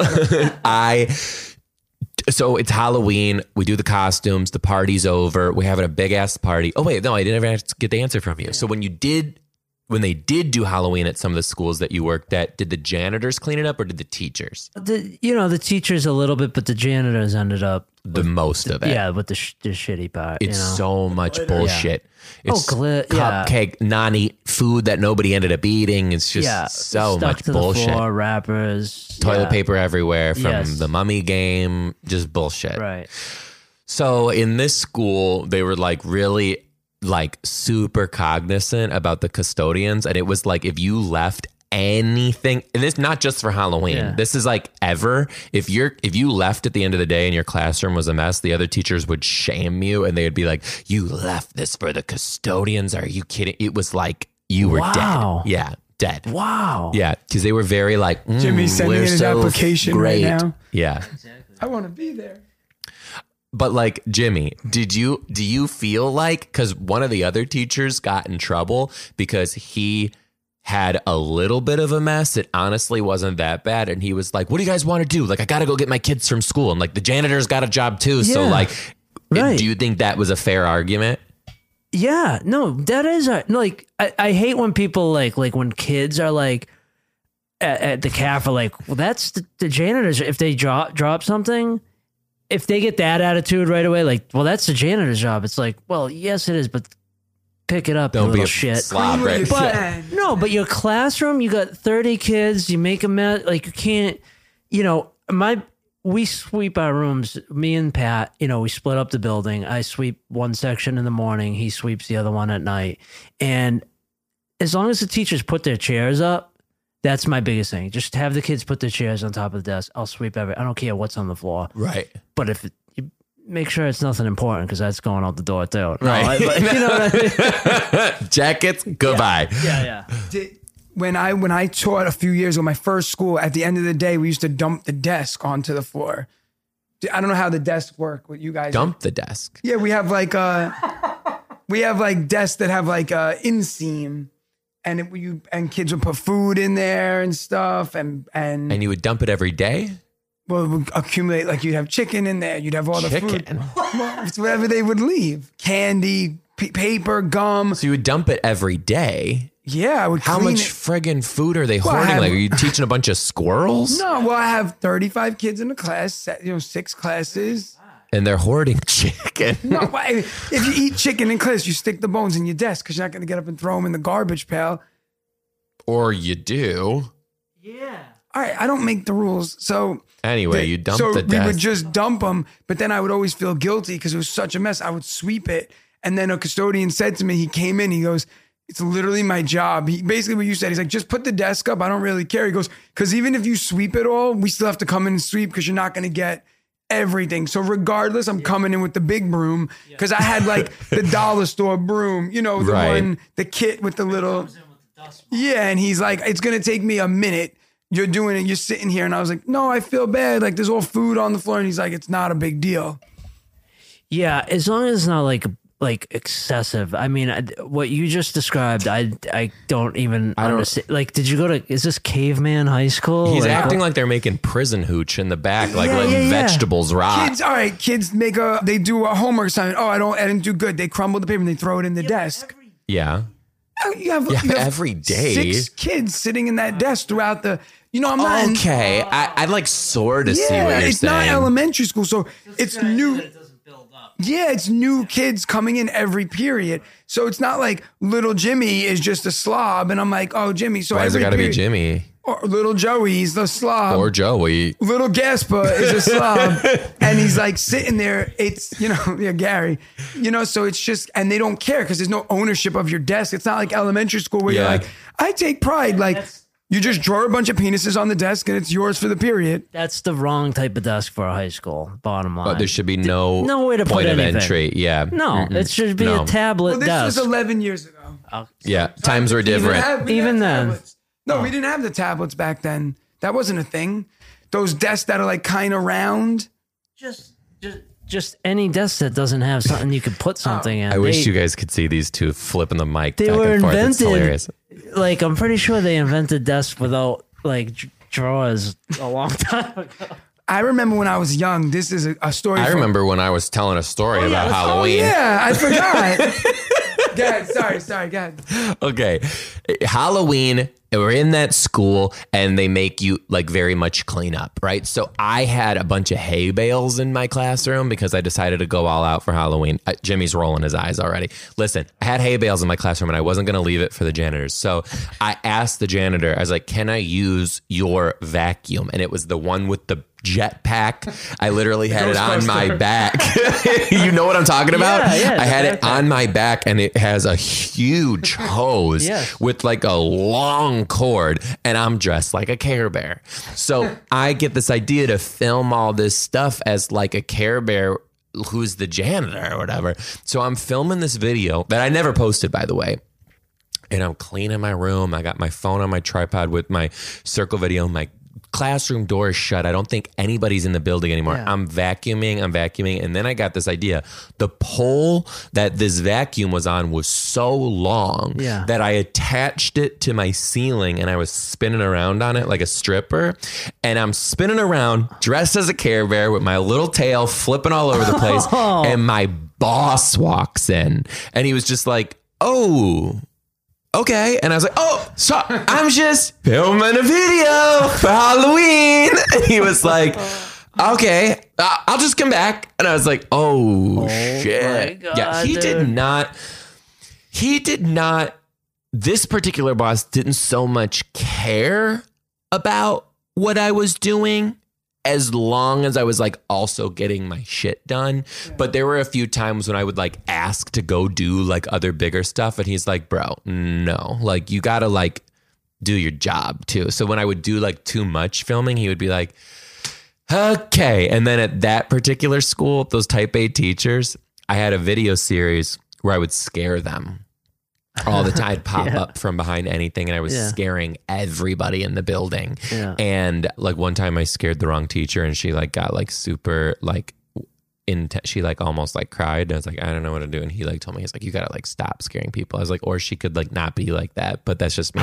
Speaker 1: I so it's Halloween. We do the costumes. The party's over. We're having a big ass party. Oh wait, no, I didn't ever have to get the answer from you. So when you did, when they did do Halloween at some of the schools that you worked at, did the janitors clean it up or did the teachers
Speaker 3: The, you know the teachers a little bit, but the janitors ended up
Speaker 1: the most of it?
Speaker 3: yeah with the, sh- the shitty part.
Speaker 1: It's
Speaker 3: you know?
Speaker 1: so much bullshit. It's
Speaker 3: Oh, gli- yeah.
Speaker 1: cupcake, non-eat food that nobody ended up eating. It's just
Speaker 3: yeah,
Speaker 1: so
Speaker 3: stuck
Speaker 1: much
Speaker 3: to the
Speaker 1: bullshit.
Speaker 3: floor, rappers,
Speaker 1: Toilet
Speaker 3: yeah,
Speaker 1: paper everywhere from
Speaker 3: Yes.
Speaker 1: the mummy game. Just bullshit.
Speaker 3: Right.
Speaker 1: So in this school, they were like really like super cognizant about the custodians. And it was like if you left anything and this not just for Halloween.
Speaker 3: Yeah.
Speaker 1: This is like ever. If you're if you left at the end of the day and your classroom was a mess, the other teachers would shame you and they would be like, You left this for the custodians. Are you kidding? It was like you were
Speaker 3: Wow.
Speaker 1: dead. Yeah. Dead.
Speaker 3: Wow.
Speaker 1: Yeah. Cause they were very like mm,
Speaker 2: Jimmy's sending
Speaker 1: we're
Speaker 2: in his
Speaker 1: so
Speaker 2: application right
Speaker 1: great.
Speaker 2: now.
Speaker 1: Yeah.
Speaker 2: I want to be there.
Speaker 1: But like Jimmy, did you do you feel like cuz one of the other teachers got in trouble because he had a little bit of a mess. It honestly wasn't that bad and he was like, "What do you guys want to do? Like I got to go get my kids from school and like the janitor's got a job too." So
Speaker 3: Yeah.
Speaker 1: like
Speaker 3: Right.
Speaker 1: do you think that was a fair argument?
Speaker 3: Yeah, no, that is a, no, like I, I hate when people like like when kids are like at, at the calf are like, well, that's the, the janitors. If they drop drop something, if they get that attitude right away, like, well, that's the janitor's job. It's like, well, yes, it is, but pick it up, you
Speaker 1: Don't be
Speaker 3: little
Speaker 1: a
Speaker 3: shit.
Speaker 1: slob, right?
Speaker 3: But no, but your classroom, you got thirty kids. You make a mess. Like you can't. You know, my we sweep our rooms. Me and Pat, you know, we split up the building. I sweep one section in the morning. He sweeps the other one at night. And as long as the teachers put their chairs up, that's my biggest thing. Just have the kids put their chairs on top of the desk. I'll sweep every. I don't care what's on the floor.
Speaker 1: Right.
Speaker 3: But if you make sure it's nothing important, because that's going out the door too. No,
Speaker 1: Right.
Speaker 3: I- but you know what I mean?
Speaker 1: Jackets, goodbye.
Speaker 3: Yeah, yeah.
Speaker 2: Did- when I when I taught a few years ago, my first school, at the end of the day, we used to dump the desk onto the floor. D- I don't know how the desks work. What you guys?
Speaker 1: Dump the desk.
Speaker 2: Yeah, we have like uh we have like desks that have like uh inseam, and it, you and kids would put food in there and stuff, and and,
Speaker 1: And you would dump it every day?
Speaker 2: well, it would accumulate like you'd have chicken in there, you'd have all the food,
Speaker 1: Chicken.
Speaker 2: Well, it's whatever they would leave, candy, p- paper, gum.
Speaker 1: So you would dump it every day.
Speaker 2: Yeah, I would.
Speaker 1: How
Speaker 2: clean
Speaker 1: much
Speaker 2: it.
Speaker 1: friggin' food are they
Speaker 2: I
Speaker 1: hoarding?
Speaker 2: have-
Speaker 1: Like, are you teaching a bunch of squirrels?
Speaker 2: No, well, I have 35 kids in the class, se- you know, six classes.
Speaker 1: And they're hoarding chicken.
Speaker 2: No, why- if you eat chicken in class, you stick the bones in your desk because you're not going to get up and throw them in the garbage, pal.
Speaker 1: Or you do.
Speaker 2: All right, I don't make the rules. So,
Speaker 1: Anyway, you dump
Speaker 2: so
Speaker 1: the
Speaker 2: we would
Speaker 1: death.
Speaker 2: just dump them, but then I would always feel guilty because it was such a mess. I would sweep it. And then a custodian said to me, he came in, he goes, it's literally my job. He basically what you said. He's like, just put the desk up. I don't really care. He goes, because even if you sweep it all, we still have to come in and sweep because you're not going to get everything. So regardless, I'm coming in with the big broom because I had like the dollar store broom, you know, the
Speaker 1: Right.
Speaker 2: one, the kit with the little. Yeah, and he's like, it's gonna take me a minute. You're doing it. You're sitting here, and I was like, no, I feel bad. Like there's all food on the floor, and he's like, it's not a big deal.
Speaker 3: Yeah, as long as it's not like like excessive. I mean, I, what you just described, I I don't even
Speaker 1: don't-
Speaker 3: understand. Like, did you go to? Is this caveman high school?
Speaker 1: He's
Speaker 3: Like, oh,
Speaker 1: acting like they're making prison hooch in the back, like
Speaker 3: Yeah,
Speaker 1: letting
Speaker 3: yeah, yeah.
Speaker 1: vegetables rot.
Speaker 2: Kids, all right, kids make a. They do a homework assignment. Oh, I don't. I didn't do good. They crumble the paper and they throw it in the desk.
Speaker 1: yeah.
Speaker 2: Oh, you have,
Speaker 1: Yeah,
Speaker 2: you have
Speaker 1: every day. Oh,
Speaker 2: six kids sitting in that desk throughout the. You know, I'm not. in-
Speaker 1: Okay. I, I like sort of see
Speaker 2: Yeah,
Speaker 1: what you're
Speaker 2: it's
Speaker 1: saying.
Speaker 2: not elementary school, so it's new. Yeah, it's new kids coming in every period. So it's not like little Jimmy is just a slob, and I'm like, oh, Jimmy. So
Speaker 1: Why has it
Speaker 2: every
Speaker 1: got to be
Speaker 2: period-
Speaker 1: Jimmy
Speaker 2: Or "Oh, little Joey's the slob.
Speaker 1: or Joey?
Speaker 2: little Gasper is a slob, and he's like sitting there. It's you know, yeah, Gary, you know. So it's just, and they don't care because there's no ownership of your desk. It's not like elementary school where
Speaker 1: Yeah.
Speaker 2: you're like, I take pride. Like
Speaker 3: That's-
Speaker 2: you just draw a bunch of penises on the desk, and it's yours for the period.
Speaker 3: That's the wrong type of desk for a high school. Bottom line,
Speaker 1: But there should be no
Speaker 3: no way to
Speaker 1: point
Speaker 3: put
Speaker 1: of
Speaker 3: anything.
Speaker 1: entry. Yeah.
Speaker 3: no.
Speaker 1: Mm-mm.
Speaker 3: It should be
Speaker 1: No.
Speaker 3: a
Speaker 2: Well,
Speaker 3: tablet
Speaker 2: this was
Speaker 3: desk.
Speaker 2: 11 years ago.
Speaker 1: Yeah. Times were
Speaker 2: We didn't
Speaker 1: different.
Speaker 2: have- we didn't have
Speaker 3: Even then.
Speaker 2: tablets. No,
Speaker 1: Oh.
Speaker 2: we didn't have the tablets back then. That wasn't a thing. Those desks that are like kind of round.
Speaker 3: just, just, just any desk that doesn't have something you could put
Speaker 2: Oh.
Speaker 3: something in.
Speaker 1: I wish
Speaker 3: They-
Speaker 1: you guys could see these two flipping the mic.
Speaker 3: They
Speaker 1: back
Speaker 3: were
Speaker 1: and forth. It's
Speaker 3: invented.
Speaker 1: hilarious.
Speaker 3: Like I'm pretty sure they invented desks without like d- drawers a long time ago.
Speaker 2: I remember when I was young. This is a, a story.
Speaker 1: I
Speaker 2: from-
Speaker 1: remember when I was telling a
Speaker 3: Oh,
Speaker 1: story about Halloween.
Speaker 2: Yeah, I forgot. go ahead. Sorry, sorry. Go ahead.
Speaker 1: okay. Halloween, we're in that school and they make you like very much clean up, right? So I had a bunch of hay bales in my classroom because I decided to go all out for Halloween. Uh, Jimmy's rolling his eyes already. Listen, I had hay bales in my classroom and I wasn't going to leave it for the janitors. So I asked the janitor, I was like, can I use your vacuum? And it was the one with the jet pack. I literally had it on my back. you know what I'm talking about?
Speaker 3: Yeah, yeah,
Speaker 1: I had
Speaker 3: the
Speaker 1: it on my back and it has a huge hose
Speaker 3: Yes.
Speaker 1: with like a long cord and I'm dressed like a Care Bear. So I get this idea to film all this stuff as like a Care Bear who's the janitor or whatever. So I'm filming this video that I never posted, by the way and I'm cleaning my room. I got my phone on my tripod with my circle video. My classroom door is shut. I don't think anybody's in the building anymore. I'm vacuuming, I'm vacuuming. And then I got this idea. The pole that this vacuum was on was so long
Speaker 3: Yeah.
Speaker 1: that I attached it to my ceiling and I was spinning around on it like a stripper. And I'm spinning around dressed as a Care Bear with my little tail flipping all over the place. And my boss walks in and he was just like, Oh, okay. And I was like, oh, so I'm just filming a video for Halloween. And he was like, okay, uh, I'll just come back. And I was like, oh, shit.
Speaker 3: God,
Speaker 1: yeah, he did
Speaker 3: dude.
Speaker 1: not, he did not, this particular boss didn't so much care about what I was doing as long as I was like also getting my shit done. But there were a few times when I would like ask to go do like other bigger stuff. And he's like, bro, no, like you gotta like do your job too. So when I would do like too much filming, he would be like, okay. And then at that particular school, those type A teachers, I had a video series where I would scare them all the time. I'd pop up from behind anything and I was
Speaker 3: Yeah.
Speaker 1: scaring everybody in the building.
Speaker 3: Yeah.
Speaker 1: And like one time I scared the wrong teacher and she like got like super like intense. She like almost like cried. And I was like, I don't know what to do. And he like told me, he's like, you gotta like stop scaring people. I was like, or she could like not be like that, but that's just me.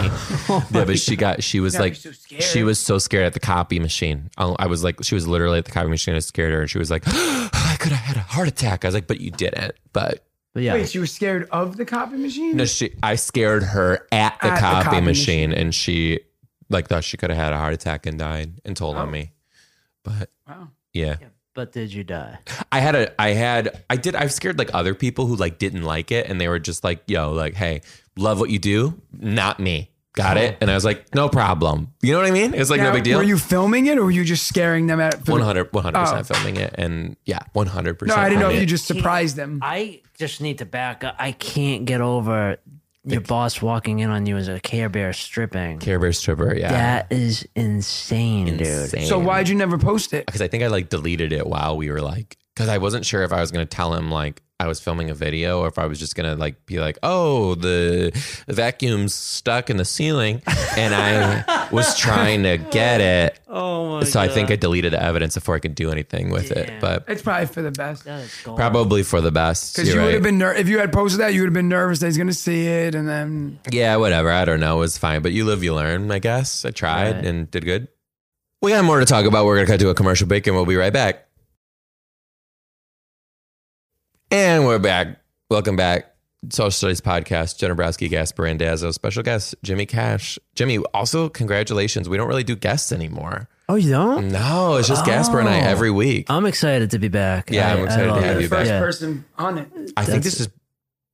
Speaker 1: yeah, but she got, she was like, she was so scared at the copy machine. I I was like, she was literally at the copy machine. I scared her and she was like, I could have had a heart attack. I was like, but you didn't. But
Speaker 3: But yeah,
Speaker 2: Wait, you were scared of the copy machine?
Speaker 1: no, she. I scared her at the
Speaker 2: At the
Speaker 1: copy,
Speaker 2: copy
Speaker 1: machine, and she like thought she could have had a heart attack and died, and told
Speaker 2: Oh.
Speaker 1: on me. But
Speaker 2: Wow.
Speaker 1: yeah,
Speaker 3: but did you die?
Speaker 1: I had a, I had, I did, I've scared like other people who like didn't like it, and they were just like, "Yo, like, hey, love what you do, not me." Got it? And I was like, "No problem." You know what I mean? It's like no
Speaker 2: Now,
Speaker 1: big deal.
Speaker 2: Oh. Were you filming it or were you just scaring them at? for the-
Speaker 1: 100 percent
Speaker 2: Oh.
Speaker 1: filming it, and yeah, one hundred
Speaker 2: no,
Speaker 1: percent.
Speaker 2: I didn't know if
Speaker 1: it.
Speaker 2: you just surprised them.
Speaker 3: I just need to back up. I can't get over your boss walking in on you as a Care Bear stripping.
Speaker 1: Care Bear stripper. Yeah,
Speaker 3: That is insane, dude.
Speaker 2: So why'd you never post it?
Speaker 1: because I think I like deleted it while we were like, because I wasn't sure if I was gonna tell him like I was filming a video or if I was just gonna like be like, oh, the vacuum's stuck in the ceiling, and I was trying to get it.
Speaker 3: Oh my
Speaker 1: So I think I deleted the evidence before I could do anything with it,
Speaker 3: Damn.
Speaker 1: but
Speaker 2: It's probably for the best.
Speaker 3: that is gold.
Speaker 1: probably for the best.
Speaker 2: Because you
Speaker 1: You're
Speaker 2: would
Speaker 1: right.
Speaker 2: have been ner- if you had posted that, you would have been nervous that he's gonna see it, and then
Speaker 1: Yeah, whatever. I don't know. It was fine, but you live, you learn, I guess. I tried
Speaker 3: Right.
Speaker 1: and did good. We got more to talk about. We're going to cut to a commercial break and we'll be right back. And we're back. Welcome back Social Studies Podcast, Jenna Browski, Gaspar Randazzo, special guest, Jimmy Cash. Jimmy, also, congratulations. We don't really do guests anymore.
Speaker 3: Oh, you don't?
Speaker 1: No, it's just Gaspar and I
Speaker 3: Oh.
Speaker 1: every week.
Speaker 3: I'm excited to be back.
Speaker 1: Yeah, I'm excited to
Speaker 3: love
Speaker 1: have
Speaker 2: You're
Speaker 1: you
Speaker 2: the
Speaker 3: it.
Speaker 1: back.
Speaker 2: first
Speaker 3: Yeah.
Speaker 2: person on it.
Speaker 1: I think this is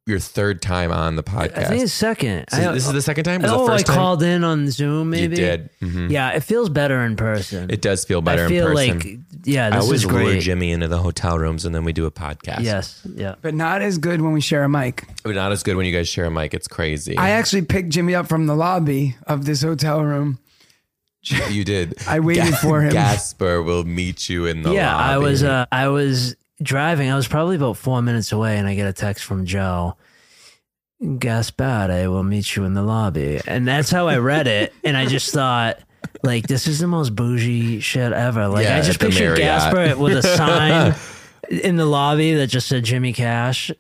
Speaker 1: your third time on the
Speaker 3: I think
Speaker 1: podcast.
Speaker 3: it's second.
Speaker 1: This
Speaker 3: I,
Speaker 1: is, this is the second time? Was
Speaker 3: oh,
Speaker 1: the first
Speaker 3: I
Speaker 1: time?
Speaker 3: called in on Zoom.
Speaker 1: you
Speaker 3: Maybe
Speaker 1: did. Mhm.
Speaker 3: Yeah, it feels better in person.
Speaker 1: It does feel better
Speaker 3: I feel
Speaker 1: in person.
Speaker 3: like yeah,
Speaker 1: I
Speaker 3: this
Speaker 1: always
Speaker 3: is
Speaker 1: lure
Speaker 3: great.
Speaker 1: Jimmy into the hotel rooms and then we do a podcast.
Speaker 3: Yes, yeah.
Speaker 2: But not as good when we share a mic.
Speaker 1: But not as good when you guys share a mic. It's crazy.
Speaker 2: I actually picked Jimmy up from the lobby of this hotel room.
Speaker 1: you did.
Speaker 2: I waited
Speaker 1: Ga-
Speaker 2: for him.
Speaker 1: Gasper will meet you in the
Speaker 3: yeah, I
Speaker 1: lobby.
Speaker 3: was uh, I was driving. I was probably about four minutes away, and I get a text from Joe. Gaspare will meet you in the lobby, and that's how I read it. and I just thought, like, this is the most bougie shit ever. Like,
Speaker 1: Yeah,
Speaker 3: I
Speaker 1: at
Speaker 3: just
Speaker 1: the Marriott.
Speaker 3: pictured Gaspar with a sign in the lobby that just said Jimmy Cash.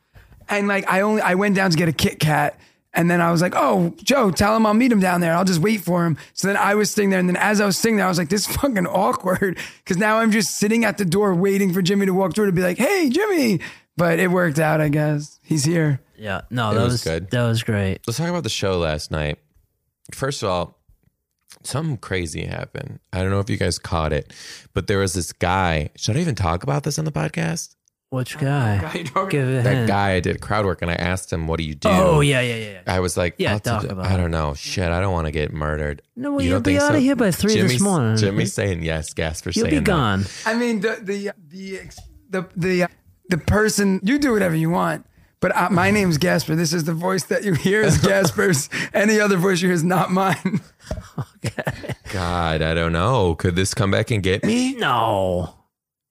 Speaker 2: And like I only I went down to get a Kit Kat and then I was like, oh, Joe, tell him I'll meet him down there. I'll just wait for him. So then I was sitting there. And then as I was sitting there, I was like, this is fucking awkward. Cause now I'm just sitting at the door waiting for Jimmy to walk through to be like, hey, Jimmy. But it worked out, I guess. He's here.
Speaker 3: Yeah, no, that
Speaker 1: was
Speaker 3: was,
Speaker 1: good.
Speaker 3: That was great.
Speaker 1: Let's talk about the show last night. First of all, something crazy happened. I don't know if you guys caught it, but there was this guy. Should I even talk about this on the podcast?
Speaker 3: Which guy? Give it a
Speaker 1: That
Speaker 3: hint.
Speaker 1: guy I did crowd work and I asked him, What do you do?
Speaker 3: Eh. Oh yeah, yeah, yeah. yeah.
Speaker 1: I was like,
Speaker 3: Yeah,
Speaker 1: "I'll
Speaker 3: talk
Speaker 1: do-
Speaker 3: about
Speaker 1: I
Speaker 3: it."
Speaker 1: don't know. Shit, I don't want to get murdered.
Speaker 3: No, well,
Speaker 1: You
Speaker 3: you will
Speaker 1: don't think
Speaker 3: be out
Speaker 1: so?
Speaker 3: of here by three
Speaker 1: Jimmy's,
Speaker 3: this morning.
Speaker 1: Jimmy's saying yes. Gasper
Speaker 3: You'll
Speaker 1: saying
Speaker 3: be
Speaker 1: no.
Speaker 3: gone.
Speaker 2: I mean, the the the ex- the the the person you do whatever you want. But I, my name's Gasper. This is the voice that you hear is Gasper's. Any other voice you hear is not mine.
Speaker 1: God, I don't know. Could this come back and get me?
Speaker 3: No,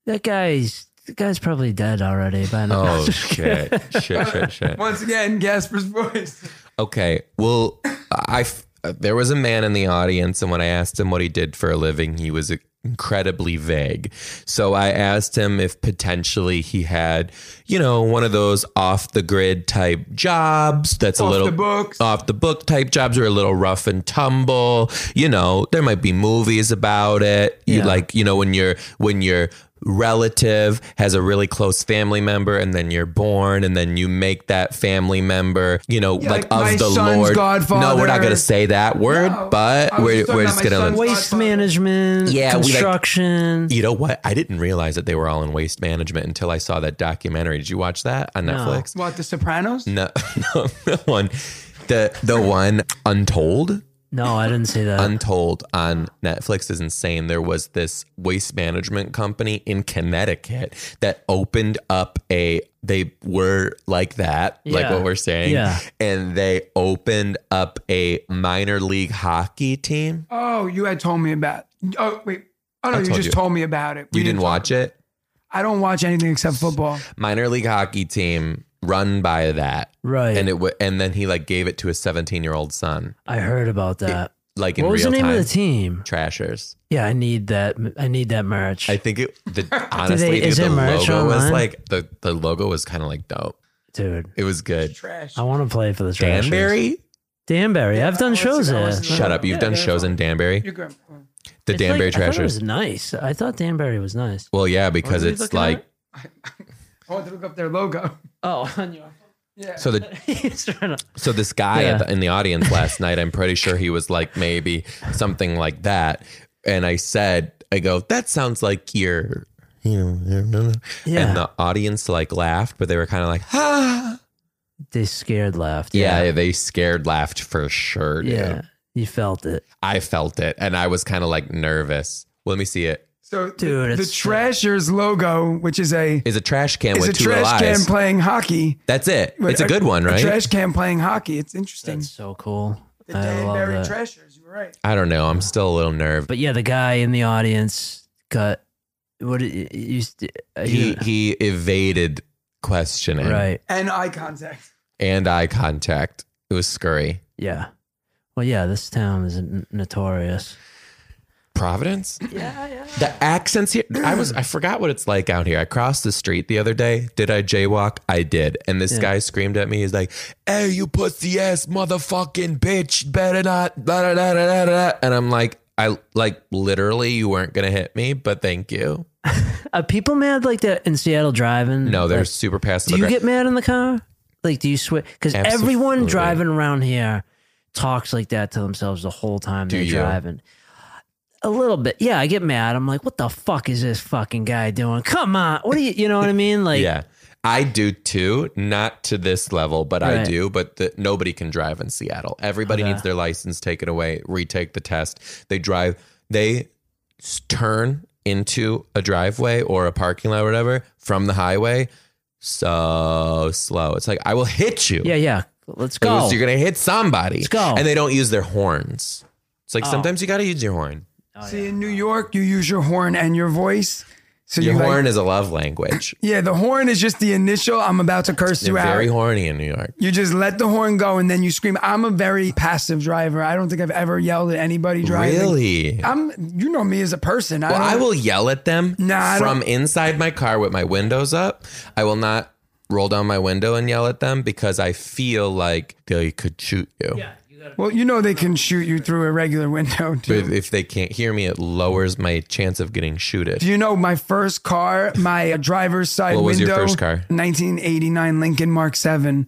Speaker 3: that guy's that guy's probably dead already by now.
Speaker 1: Oh shit! shit! Shit! Shit!
Speaker 2: Once again, Gasper's voice.
Speaker 1: Okay. Well, I f- there was a man in the audience, and when I asked him what he did for a living, he was incredibly vague. So I asked him if potentially he had, you know, one of those off the grid type jobs that's a
Speaker 2: Off
Speaker 1: little
Speaker 2: the books.
Speaker 1: off the book type jobs are a little rough and tumble. You know, there might be movies about it. You
Speaker 3: Yeah.
Speaker 1: like, you know, when you're when your relative has a really close family member and then you're born and then you make that family member, you know, like,
Speaker 2: like my
Speaker 1: of the
Speaker 2: son's
Speaker 1: Lord. No, we're
Speaker 2: godfather.
Speaker 1: not gonna say that word,
Speaker 2: No, I
Speaker 1: but
Speaker 2: was
Speaker 1: we're
Speaker 2: just talking
Speaker 1: we're
Speaker 2: about
Speaker 1: just
Speaker 2: my
Speaker 1: gonna
Speaker 2: son's
Speaker 3: Waste
Speaker 2: Godfather.
Speaker 3: management,
Speaker 1: Yeah, we like-
Speaker 3: construction.
Speaker 1: you know what? I didn't realize that they were all in waste management until I saw that documentary. Did you watch that on Netflix?
Speaker 2: What the Sopranos?
Speaker 1: No, no, the one, the the one Untold.
Speaker 3: no, I didn't see that.
Speaker 1: Untold on Netflix is insane. There was this waste management company in Connecticut that opened up a they were like that, like
Speaker 3: Yeah.
Speaker 1: what we're saying.
Speaker 3: Yeah.
Speaker 1: And they opened up a minor league hockey team.
Speaker 2: Oh, you had told me about. Oh wait. Oh no,
Speaker 1: I
Speaker 2: you
Speaker 1: told
Speaker 2: just
Speaker 1: you.
Speaker 2: told me about it. We
Speaker 1: You didn't
Speaker 2: talk-
Speaker 1: watch it?
Speaker 2: I don't watch anything except football.
Speaker 1: Minor league hockey team run by that.
Speaker 3: right.
Speaker 1: And it w- and then he like gave it to his 17-year-old son.
Speaker 3: I heard about that.
Speaker 1: Like in
Speaker 3: What was the
Speaker 1: real
Speaker 3: name
Speaker 1: time.
Speaker 3: of the team?
Speaker 1: Trashers.
Speaker 3: Yeah, I need that. I need that merch.
Speaker 1: I think it the honestly
Speaker 3: is
Speaker 1: dude,
Speaker 3: it
Speaker 1: the
Speaker 3: merch
Speaker 1: logo was
Speaker 3: online?
Speaker 1: like the the logo was kind of like dope.
Speaker 3: Dude,
Speaker 1: It was good.
Speaker 2: Trash.
Speaker 3: I want to play for the Trashers.
Speaker 1: Danbury?
Speaker 3: Danbury. I've done
Speaker 2: I
Speaker 3: shows
Speaker 2: wasn't- I
Speaker 3: there.
Speaker 2: wasn't-
Speaker 1: Shut up. You've
Speaker 2: Yeah,
Speaker 1: done
Speaker 2: yeah,
Speaker 1: shows in Danbury.
Speaker 2: Your grandpa.
Speaker 1: The
Speaker 3: It's
Speaker 1: Danbury
Speaker 3: like- I thought
Speaker 1: Trashers.
Speaker 3: it was nice. I thought Danbury was nice.
Speaker 1: well, yeah, because
Speaker 3: What are we
Speaker 1: it's
Speaker 3: looking
Speaker 1: like
Speaker 3: at?
Speaker 2: I want to look up their logo.
Speaker 3: Oh, on your.
Speaker 2: Yeah.
Speaker 1: so the
Speaker 3: He's trying to-
Speaker 1: so this guy at
Speaker 3: Yeah.
Speaker 1: the, in the audience last night, I'm pretty sure he was like maybe something like that. And I said, I go, that sounds like you're you know,
Speaker 3: Yeah.
Speaker 1: and the audience like laughed, but they were kind of like, ah.
Speaker 3: they scared laughed.
Speaker 1: yeah, they scared laughed for sure. Dude.
Speaker 3: Yeah. You felt it.
Speaker 1: I felt it, and I was kind of like nervous. Well, let me see it.
Speaker 2: So the-
Speaker 3: Dude,
Speaker 2: the,
Speaker 3: it's-
Speaker 2: Trashers logo, which is a
Speaker 1: Is a trash can
Speaker 2: is a
Speaker 1: with two
Speaker 2: trash can
Speaker 1: lies.
Speaker 2: playing hockey.
Speaker 1: That's it. It's a good one,
Speaker 2: A
Speaker 1: right?
Speaker 2: trash can playing hockey. It's interesting.
Speaker 3: That's so cool.
Speaker 2: the
Speaker 3: I love
Speaker 2: Danbury
Speaker 3: that.
Speaker 2: Trashers. You were right.
Speaker 1: I don't know. I'm still a little nervous.
Speaker 3: But yeah, the guy in the audience got what it used
Speaker 1: he he evaded questioning
Speaker 3: right.
Speaker 2: And eye contact.
Speaker 1: and eye contact. It was scurry.
Speaker 3: Yeah. Well, yeah, this town is n- notorious.
Speaker 1: Providence?
Speaker 3: Yeah, yeah.
Speaker 1: The accents here. I was I forgot what it's like out here. I crossed the street the other day. Did I jaywalk? I did. And this
Speaker 3: Yeah.
Speaker 1: guy screamed at me. He's like, "Hey, you pussy ass motherfucking bitch! Better not." Da, da, da, da, da, da. And I'm like, I like literally, you weren't gonna hit me, but thank you.
Speaker 3: Are people mad like that in Seattle driving?
Speaker 1: No, they're
Speaker 3: Like,
Speaker 1: super passive.
Speaker 3: do you
Speaker 1: aggressive.
Speaker 3: get mad in the car? Like, do you switch? Because everyone
Speaker 1: Absolutely.
Speaker 3: driving around here talks like that to themselves the whole time they're
Speaker 1: you?
Speaker 3: driving. A little bit, yeah. I get mad. I'm like, "What the fuck is this fucking guy doing? Come on, what do you? You know what I mean? Like,
Speaker 1: yeah. I do too, not to this level, but I
Speaker 3: Right. Uh-huh.
Speaker 1: do. But the, nobody can drive in Seattle. Everybody
Speaker 3: Okay.
Speaker 1: needs their license taken away, retake the test. They drive, they s- turn into a driveway or a parking lot or whatever from the highway so slow. It's like, I will hit you.
Speaker 3: yeah, yeah. Let's
Speaker 1: Like,
Speaker 3: go.
Speaker 1: You're going to hit somebody.
Speaker 3: Let's go.
Speaker 1: And they don't use their horns. It's like sometimes you got to use your horn.
Speaker 3: Oh,
Speaker 2: See,
Speaker 3: yeah.
Speaker 2: in New York, you use your horn and your voice. So
Speaker 1: Your
Speaker 2: you like-
Speaker 1: horn is a love language.
Speaker 2: yeah, the horn is just the initial. I'm about to curse
Speaker 1: They're
Speaker 2: you out.
Speaker 1: very horny in New York.
Speaker 2: you just let the horn go and then you scream. I'm a very passive driver. I don't think I've ever yelled at anybody driving.
Speaker 1: Really?
Speaker 2: I'm. You know me as a person. I,
Speaker 1: Well,
Speaker 2: don't-
Speaker 1: I will yell at them
Speaker 2: Oh. Nah, I
Speaker 1: from
Speaker 2: don't-
Speaker 1: inside my car with my windows up. I will not roll down my window and yell at them because I feel like they could shoot you.
Speaker 2: Well, you know they can shoot you through a regular window. Too.
Speaker 1: If, if they can't hear me, it lowers my chance of getting shooted.
Speaker 2: Do you know my first car, my driver's side
Speaker 1: What was your
Speaker 2: window?
Speaker 1: first car?
Speaker 2: 1989 Lincoln Mark 7.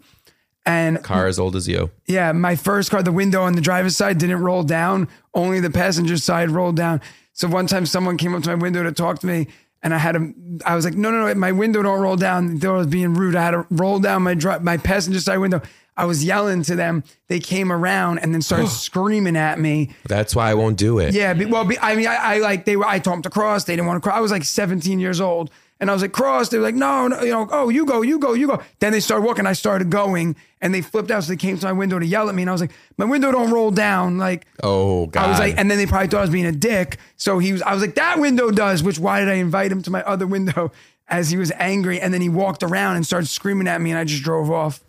Speaker 2: And
Speaker 1: car as old as you.
Speaker 2: yeah, my first car, the window on the driver's side didn't roll down, only the passenger side rolled down. So one time someone came up to my window to talk to me and I had a I was like, "No, no, no, my window don't roll down." They was being rude. I had to roll down my dri- my passenger side window. I was yelling to them. They came around and then started screaming at me.
Speaker 1: That's why I won't do it.
Speaker 2: Yeah, be, well, be, I mean, I, I like they were. I told them to cross. They didn't want to cross. I was like 17 years old, and I was like cross. They were like, no, no, you know, oh, you go, you go, you go. Then they started walking. I started going, and they flipped out. So they came to my window to yell at me, and I was like, my window don't roll down. Like
Speaker 1: Oh God.
Speaker 2: I was like, and then they probably thought I was being a dick. So he was. I was like, that window does. Which why did I invite him to my other window? As he was angry, and then he walked around and started screaming at me, and I just drove off.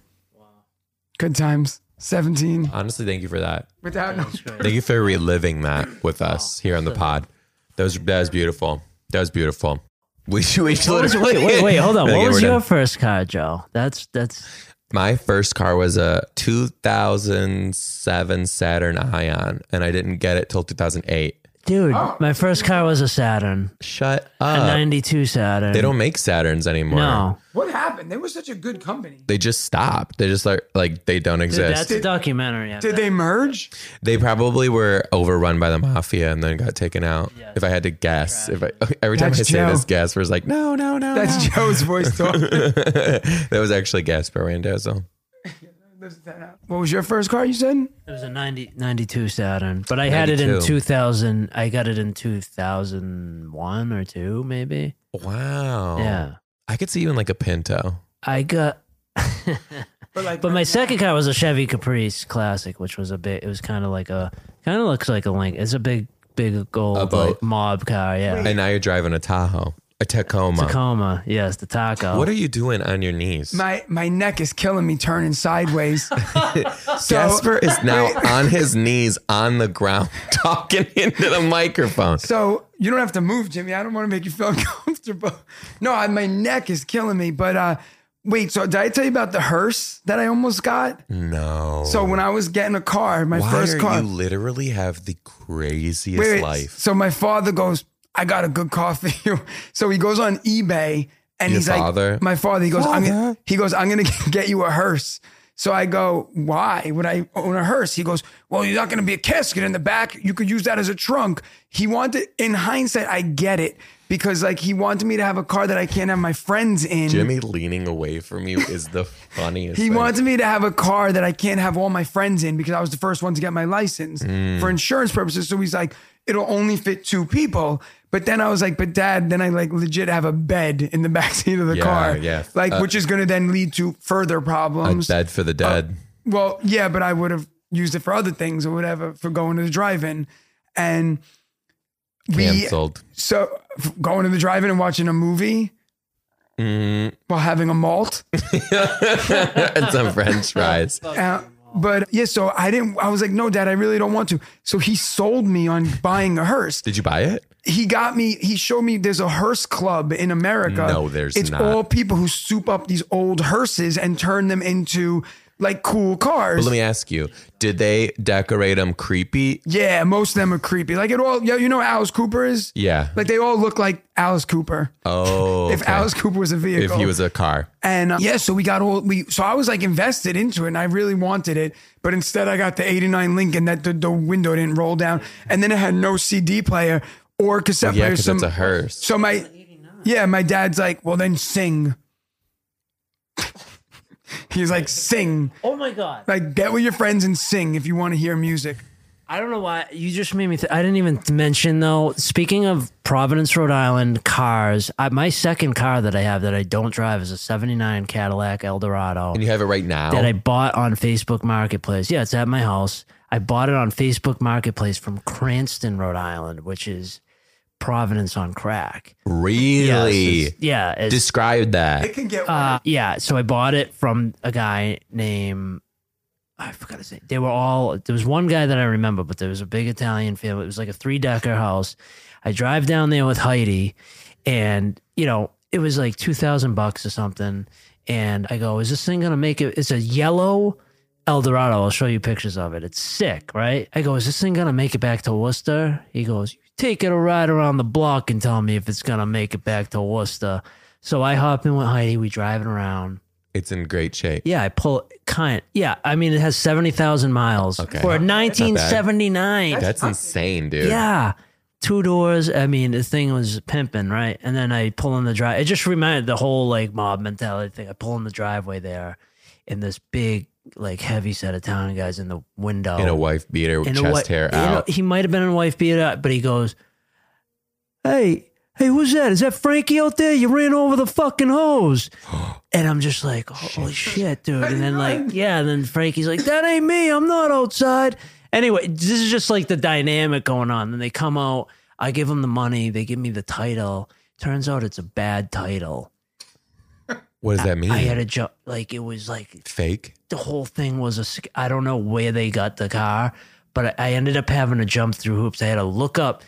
Speaker 2: Good times. 17
Speaker 1: Honestly, thank you for that.
Speaker 2: without no
Speaker 1: Thank you for reliving that with
Speaker 2: Oh,
Speaker 1: us here on the pod. That was that was beautiful. That was beautiful. We we
Speaker 3: Wait, wait, wait, hold on.
Speaker 1: Okay,
Speaker 3: What was
Speaker 1: we're
Speaker 3: your
Speaker 1: done.
Speaker 3: first car, Joe? That's that's
Speaker 1: My first car was a 2007 Saturn Ion, and I didn't get it till 2008.
Speaker 3: dude. My first car was a Saturn,
Speaker 1: Shut
Speaker 3: a
Speaker 1: up.
Speaker 3: '92 Saturn.
Speaker 1: Uh, They don't make Saturns anymore.
Speaker 3: No,
Speaker 2: What happened? They were such a good company.
Speaker 1: They just stopped. They just like like they don't
Speaker 3: dude,
Speaker 1: exist.
Speaker 3: that's a documentary. of
Speaker 2: Did
Speaker 3: that.
Speaker 2: they merge?
Speaker 1: they probably were overrun by the mafia and then got taken out. If I had to guess, if I every time
Speaker 2: That's
Speaker 1: I say
Speaker 2: Joe.
Speaker 1: this, Gasper is like, no, no, no.
Speaker 2: That's
Speaker 1: no.
Speaker 2: Joe's voice talk.
Speaker 1: that was actually Gaspar Randazzo.
Speaker 2: what was your first car you said?
Speaker 3: It was a 90, 92 Saturn, but I had it in
Speaker 1: 92.
Speaker 3: 2000. I got it in 2001 or two, maybe.
Speaker 1: Wow.
Speaker 3: Yeah,
Speaker 1: I could see you in like a Pinto.
Speaker 3: I got.
Speaker 2: But like
Speaker 3: But my second car was a Chevy Caprice Classic, which was a bit. It was kind of like a, kind of looks like a Link. It's a big, big
Speaker 1: A
Speaker 3: gold
Speaker 1: boat.
Speaker 3: like, mob car. Yeah,
Speaker 1: And now you're driving a Tahoe, a Tacoma.
Speaker 3: Tacoma. Yes, the taco.
Speaker 1: What are you doing on your knees?
Speaker 2: my my neck is killing me turning sideways. so
Speaker 1: Casper is now on his knees on the ground talking into the microphone.
Speaker 2: so you don't have to move, Jimmy. I don't want to make you feel uncomfortable. No, I, my neck is killing me. But uh wait, so did I tell you about the hearse that I almost got?
Speaker 1: No.
Speaker 2: So when I was getting a car, my
Speaker 1: Why
Speaker 2: first
Speaker 1: are
Speaker 2: car.
Speaker 1: you literally have the craziest
Speaker 2: Wait, wait.
Speaker 1: life?
Speaker 2: So my father goes, I got a good car for you. So he goes on eBay and
Speaker 1: Your
Speaker 2: he's
Speaker 1: father?
Speaker 2: like, my father, he goes, I'm gonna,
Speaker 1: Father?
Speaker 2: he goes, I'm gonna get you a hearse. So I go, why would I own a hearse? He goes, well, you're not gonna be a casket in the back. You could use that as a trunk. He wanted, in hindsight, I get it because like he wanted me to have a car that I can't have my friends in.
Speaker 1: Jimmy leaning away from you is the funniest.
Speaker 2: He
Speaker 1: thing.
Speaker 2: wanted me to have a car that I can't have all my friends in because I was the first one to get my license
Speaker 1: Mm.
Speaker 2: for insurance purposes. So he's like, it'll only fit two people. But then I was like, but dad, then I like legit have a bed in the backseat of the
Speaker 1: Yeah,
Speaker 2: car.
Speaker 1: yeah.
Speaker 2: Like,
Speaker 1: Uh,
Speaker 2: which is going to then lead to further
Speaker 1: a
Speaker 2: problems.
Speaker 1: bed for the dead.
Speaker 2: Well, yeah, but I would have used it for other things or whatever for going to the drive in. And we,
Speaker 1: Cancelled.
Speaker 2: so f- going to the drive in and watching a movie
Speaker 1: Mm.
Speaker 2: while having a malt.
Speaker 1: and some French fries.
Speaker 2: Uh, but yeah, so I didn't. I was like, no, Dad, I really don't want to. So he sold me on buying a hearse.
Speaker 1: Did you buy it?
Speaker 2: He got me. He showed me there's a hearse club in America.
Speaker 1: No, there's
Speaker 2: it's
Speaker 1: not.
Speaker 2: all people who soup up these old hearses and turn them into like cool cars.
Speaker 1: Let me ask you: Did they decorate them creepy?
Speaker 2: yeah, most of them are creepy. Like it all, yo, you know what Alice Cooper is?
Speaker 1: Yeah.
Speaker 2: Like they all look like Alice Cooper.
Speaker 1: oh,
Speaker 2: If
Speaker 1: okay.
Speaker 2: Alice Cooper was a vehicle.
Speaker 1: if he was a car,
Speaker 2: And uh, yeah, so we got all we. So I was like invested into it, and I really wanted it. But instead, I got the '89 Lincoln that the, the window didn't roll down, and then it had no CD player or cassette
Speaker 1: yeah,
Speaker 2: player.
Speaker 1: because
Speaker 2: some-
Speaker 1: it's a hearse.
Speaker 2: So my yeah, my dad's like, well, then sing. He's like, sing,
Speaker 3: Oh my god!
Speaker 2: like get with your friends and sing if you want to hear music.
Speaker 3: I don't know why you just made me. Th- I didn't even mention though. Speaking of Providence, Rhode Island cars, I, my second car that I have that I don't drive is a '79 Cadillac Eldorado.
Speaker 1: And you have it right now.
Speaker 3: that I bought on Facebook Marketplace. Yeah, it's at my house. I bought it on Facebook Marketplace from Cranston, Rhode Island, which is Providence on crack.
Speaker 1: really
Speaker 3: Yes, it's- yeah. It's,
Speaker 1: describe that.
Speaker 2: It can get
Speaker 3: uh, yeah. So I bought it from a guy named I forgot his name. They were all there was one guy that I remember, but there was a big Italian family. It was like a three decker house. I drive down there with Heidi, and you know it was like two thousand bucks or something. And I go, is this thing gonna make it? It's a yellow Eldorado. I'll show you pictures of it. It's sick, right? I go, is this thing gonna make it back to Worcester? He goes, take it a ride around the block and tell me if it's gonna make it back to Worcester. So I hop in with Heidi. We driving around.
Speaker 1: It's in great shape.
Speaker 3: Yeah, I pull kind. Yeah, I mean it has seventy thousand miles
Speaker 1: Okay.
Speaker 3: for a nineteen seventy nine.
Speaker 1: That's insane, dude.
Speaker 3: Yeah, two doors. I mean the thing was pimping right, and then I pull in the drive. It just reminded the whole like mob mentality thing. I pull in the driveway there, and this big like heavy set of town guys in the window
Speaker 1: In a wife beater with
Speaker 3: in a
Speaker 1: chest
Speaker 3: wi-
Speaker 1: hair
Speaker 3: in a-
Speaker 1: out.
Speaker 3: he might have been in a wife beater, but he goes, "Hey, hey, who's that? Is that Frankie out there? You ran over the fucking hose." and I'm just like, "Holy shit, dude!" And then like, yeah, and then Frankie's like, "That ain't me. I'm not outside." Anyway, this is just like the dynamic going on. Then they come out. I give them the money. They give me the title. Turns out it's a bad title.
Speaker 1: what does that mean?
Speaker 3: I had a jump. Like it was like
Speaker 1: Fake.
Speaker 3: the whole thing was a sc- I don't know where they got the car, but I I ended up having to jump through hoops. I had to look up.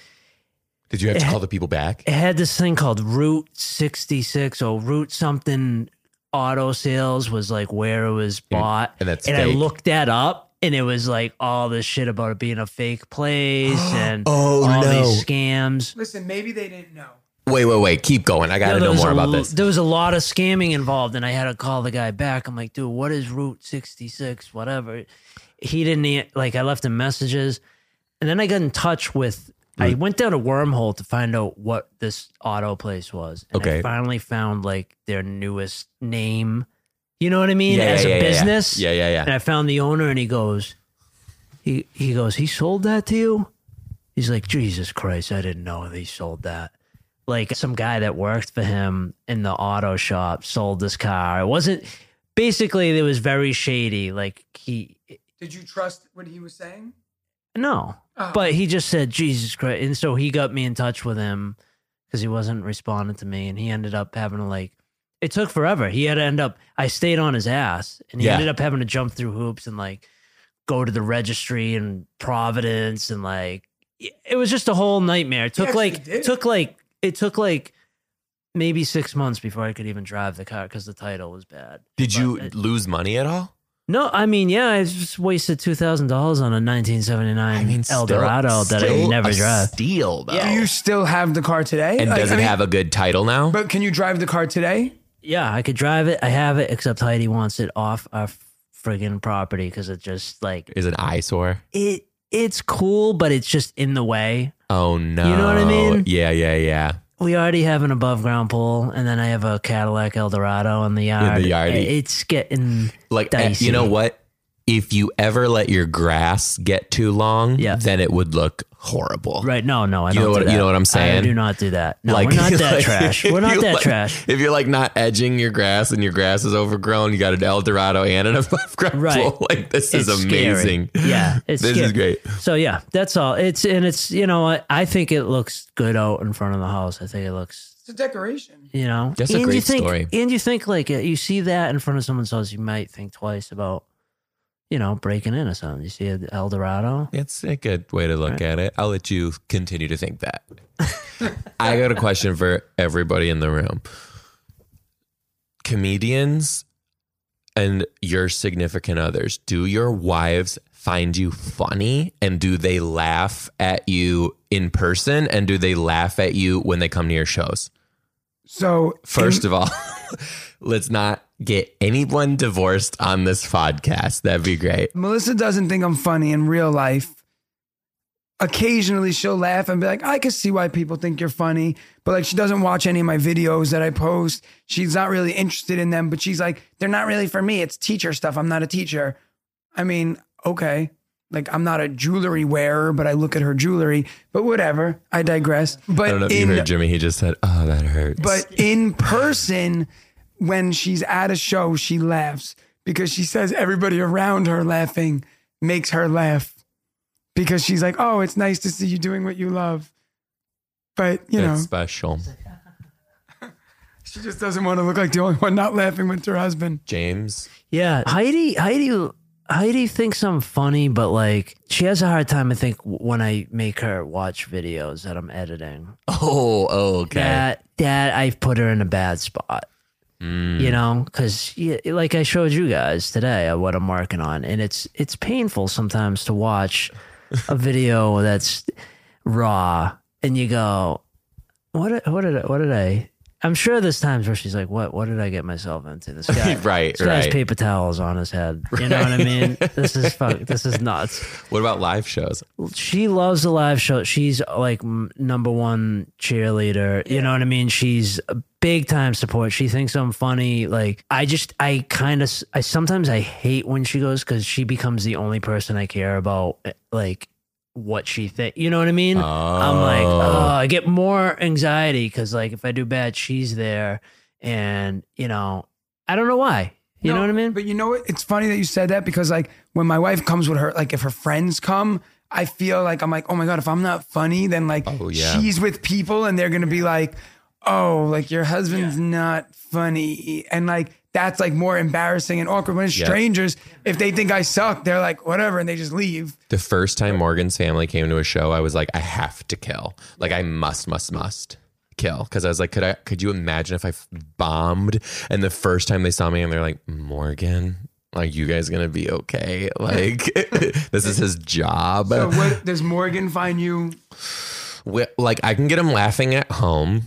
Speaker 1: Did you have to call the people back?
Speaker 3: It had this thing called Route 66 or Route something auto sales was like where it was bought.
Speaker 1: and that's
Speaker 3: and I
Speaker 1: fake.
Speaker 3: looked that up and it was like all this shit about it being a fake place and
Speaker 1: Oh,
Speaker 3: all
Speaker 1: no.
Speaker 3: these scams.
Speaker 2: Listen, maybe they didn't know.
Speaker 1: Wait, wait, wait. Keep going. I got to
Speaker 3: there
Speaker 1: know
Speaker 3: was
Speaker 1: more
Speaker 3: a
Speaker 1: about
Speaker 3: lo-
Speaker 1: this.
Speaker 3: There was a lot of scamming involved, and I had to call the guy back. I'm like, dude, what is Route 66? Whatever. He didn't e- like. I left him messages, and then I got in touch with. I
Speaker 1: Mm.
Speaker 3: went down a wormhole to find out what this auto place was. And
Speaker 1: Okay.
Speaker 3: I finally found like their newest name. You know what I mean?
Speaker 1: Yeah,
Speaker 3: As
Speaker 1: yeah,
Speaker 3: a
Speaker 1: yeah, yeah.
Speaker 3: business.
Speaker 1: Yeah, yeah, yeah.
Speaker 3: And I found the owner and he goes, he he goes, he sold that to you? He's like, Jesus Christ, I didn't know he sold that. Like some guy that worked for him in the auto shop sold this car. It wasn't basically it was very shady. Like he
Speaker 2: Did you trust what he was saying?
Speaker 3: no.
Speaker 2: Oh.
Speaker 3: But he just said, Jesus Christ. And so he got me in touch with him because he wasn't responding to me. And he ended up having to, like, it took forever. He had to end up, I stayed on his ass and he
Speaker 1: Yeah.
Speaker 3: ended up having to jump through hoops and, like, go to the registry in Providence. And, like, it was just a whole nightmare. It took,
Speaker 2: actually
Speaker 3: like,
Speaker 2: did it.
Speaker 3: took, like, it took, like, maybe six months before I could even drive the car because the title was bad.
Speaker 1: Did you
Speaker 3: But-
Speaker 1: lose money at all?
Speaker 3: No, I mean, yeah, I just wasted two thousand dollars on a nineteen seventy
Speaker 1: I
Speaker 3: nine
Speaker 1: mean,
Speaker 3: Eldorado
Speaker 1: still,
Speaker 3: that I
Speaker 1: still
Speaker 3: never
Speaker 1: a
Speaker 3: drive.
Speaker 1: Steal though.
Speaker 2: Do you still have the car today?
Speaker 1: and
Speaker 2: Like,
Speaker 1: does
Speaker 2: I
Speaker 1: it
Speaker 2: mean,
Speaker 1: have a good title now?
Speaker 2: But can you drive the car today?
Speaker 3: Yeah, I could drive it. I have it, except Heidi wants it off our friggin' property because it just like
Speaker 1: Is it eyesore?
Speaker 3: it. It's cool, but it's just in the way.
Speaker 1: Oh no!
Speaker 3: know what I mean?
Speaker 1: Yeah, yeah, yeah.
Speaker 3: We already have an above ground pool, and then I have a Cadillac Eldorado in the yard.
Speaker 1: yardy.
Speaker 3: It's getting
Speaker 1: Like eh,
Speaker 3: Dicey.
Speaker 1: you know what? If you ever let your grass get too long,
Speaker 3: Yeah.
Speaker 1: then it would look horrible.
Speaker 3: right. No, no, I
Speaker 1: You
Speaker 3: don't.
Speaker 1: know
Speaker 3: do
Speaker 1: what- you
Speaker 3: that.
Speaker 1: know what I'm
Speaker 3: I
Speaker 1: saying?
Speaker 3: do not do that. No, we're not that
Speaker 1: like,
Speaker 3: trash.
Speaker 1: if
Speaker 3: We're not
Speaker 1: you
Speaker 3: that
Speaker 1: like-
Speaker 3: trash.
Speaker 1: If you're like not edging your grass and your grass is overgrown, you got an Eldorado and an above ground
Speaker 3: Right.
Speaker 1: pool. Like this
Speaker 3: It's
Speaker 1: is
Speaker 3: scary.
Speaker 1: amazing.
Speaker 3: Yeah, it's
Speaker 1: this
Speaker 3: scary.
Speaker 1: is great.
Speaker 3: So yeah, that's all. It's and it's you know I, I think it looks good out in front of the house. I think it looks
Speaker 2: It's a decoration.
Speaker 3: you know
Speaker 1: That's a
Speaker 3: and you
Speaker 1: great
Speaker 3: think,
Speaker 1: story.
Speaker 3: And you think like uh, you see that in front of someone's house, you might think twice about you know breaking in or something. You see an El Dorado.
Speaker 1: It's a good way to look at it. I'll let you continue to think that. I got a question for everybody in the room. Comedians and your significant others, do your wives find you funny and do they laugh at you in person and do they laugh at you when they come to your shows?
Speaker 2: So
Speaker 1: First of all, let's not get anyone divorced on this podcast. That'd be great.
Speaker 2: Melissa doesn't think I'm funny in real life. Occasionally she'll laugh and be like, I can see why people think you're funny. But like, she doesn't watch any of my videos that I post. She's not really interested in them, but she's like, they're not really for me. It's teacher stuff. I'm not a teacher. I mean, okay. Like, I'm not a jewelry wearer, but I look at her jewelry, but whatever. I digress. But
Speaker 1: I don't know if
Speaker 2: in-
Speaker 1: you heard Jimmy. He just said, "Oh, that hurts."
Speaker 2: but in person, when she's at a show, she laughs because she says everybody around her laughing makes her laugh because she's like, oh, it's nice to see you doing what you love. But, you
Speaker 1: it's
Speaker 2: know,
Speaker 1: special.
Speaker 2: she just doesn't want to look like the only one not laughing with her husband.
Speaker 1: James,
Speaker 3: Yeah, Heidi, Heidi, Heidi thinks I'm funny, but like she has a hard time. I think when I make her watch videos that I'm editing,
Speaker 1: Oh, oh, okay.
Speaker 3: that that I've put her in a bad spot.
Speaker 1: Mm.
Speaker 3: You know, because like I showed you guys today, uh, what I'm working on, and it's it's painful sometimes to watch a video that's raw, and you go, "What? What did? I- What did I?" I'm sure there's times where she's like, "What? What did I get myself into?" This guy,
Speaker 1: Right,
Speaker 3: This guy has
Speaker 1: right.
Speaker 3: paper towels on his head. You know what I mean? this is fuck. This is nuts
Speaker 1: What about live shows?
Speaker 3: she loves the live show. She's like m- number one cheerleader. You know what I mean? She's a big time support. She thinks I'm funny. Like I just, I kind of, I sometimes I hate when she goes because she becomes the only person I care about. eh, Like what she think. You know what I mean? I'm like,
Speaker 1: uh,
Speaker 3: oh, I get more anxiety because like if I do bad, she's there, and you know, I don't know why. You know
Speaker 2: No,
Speaker 3: what I mean?
Speaker 2: But you know what? It's funny that you said that because like when my wife comes with her, like if her friends come, I feel like I'm like, oh my god, if I'm not funny, then like
Speaker 1: Oh, yeah.
Speaker 2: she's with people and they're gonna be like, oh, like your husband's not funny, and like that's like more embarrassing and awkward. When it's
Speaker 1: Yeah.
Speaker 2: strangers, if they think I suck, they're like whatever, and they just leave.
Speaker 1: The first time Morgan's family came to a show, I was like, I have to kill. Like, I must, must, must kill. Because I was like, could I? Could you imagine if I f- bombed? And the first time they saw me, and they're like, Morgan, like you guys gonna be okay? Like, this is his job.
Speaker 2: So what does Morgan find you?
Speaker 1: Wh- like I can get him laughing at home.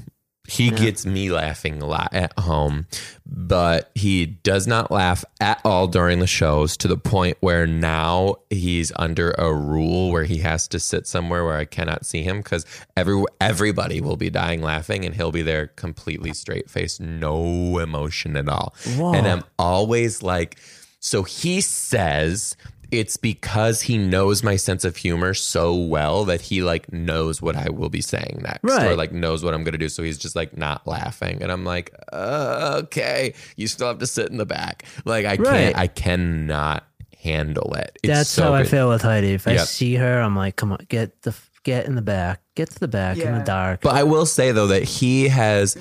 Speaker 1: He gets me laughing a lot at home, but he does not laugh at all during the shows to the point where now he's under a rule where he has to sit somewhere where I cannot see him because every, everybody will be dying laughing and he'll be there completely straight faced, no emotion at all. And I'm always like, so he says it's because he knows my sense of humor so well that he like knows what I will be saying next or
Speaker 3: Right.
Speaker 1: like knows what I'm going to do. So he's just like not laughing. And I'm like, uh, okay, you still have to sit in the back. Like I
Speaker 3: Right.
Speaker 1: can't, I cannot handle it. It's
Speaker 3: That's
Speaker 1: so
Speaker 3: how I
Speaker 1: good.
Speaker 3: feel with Heidi. If I
Speaker 1: Yep.
Speaker 3: see her, I'm like, come on, get the get in the back, get to the back in
Speaker 2: Yeah.
Speaker 3: the dark.
Speaker 1: But I will say though that he has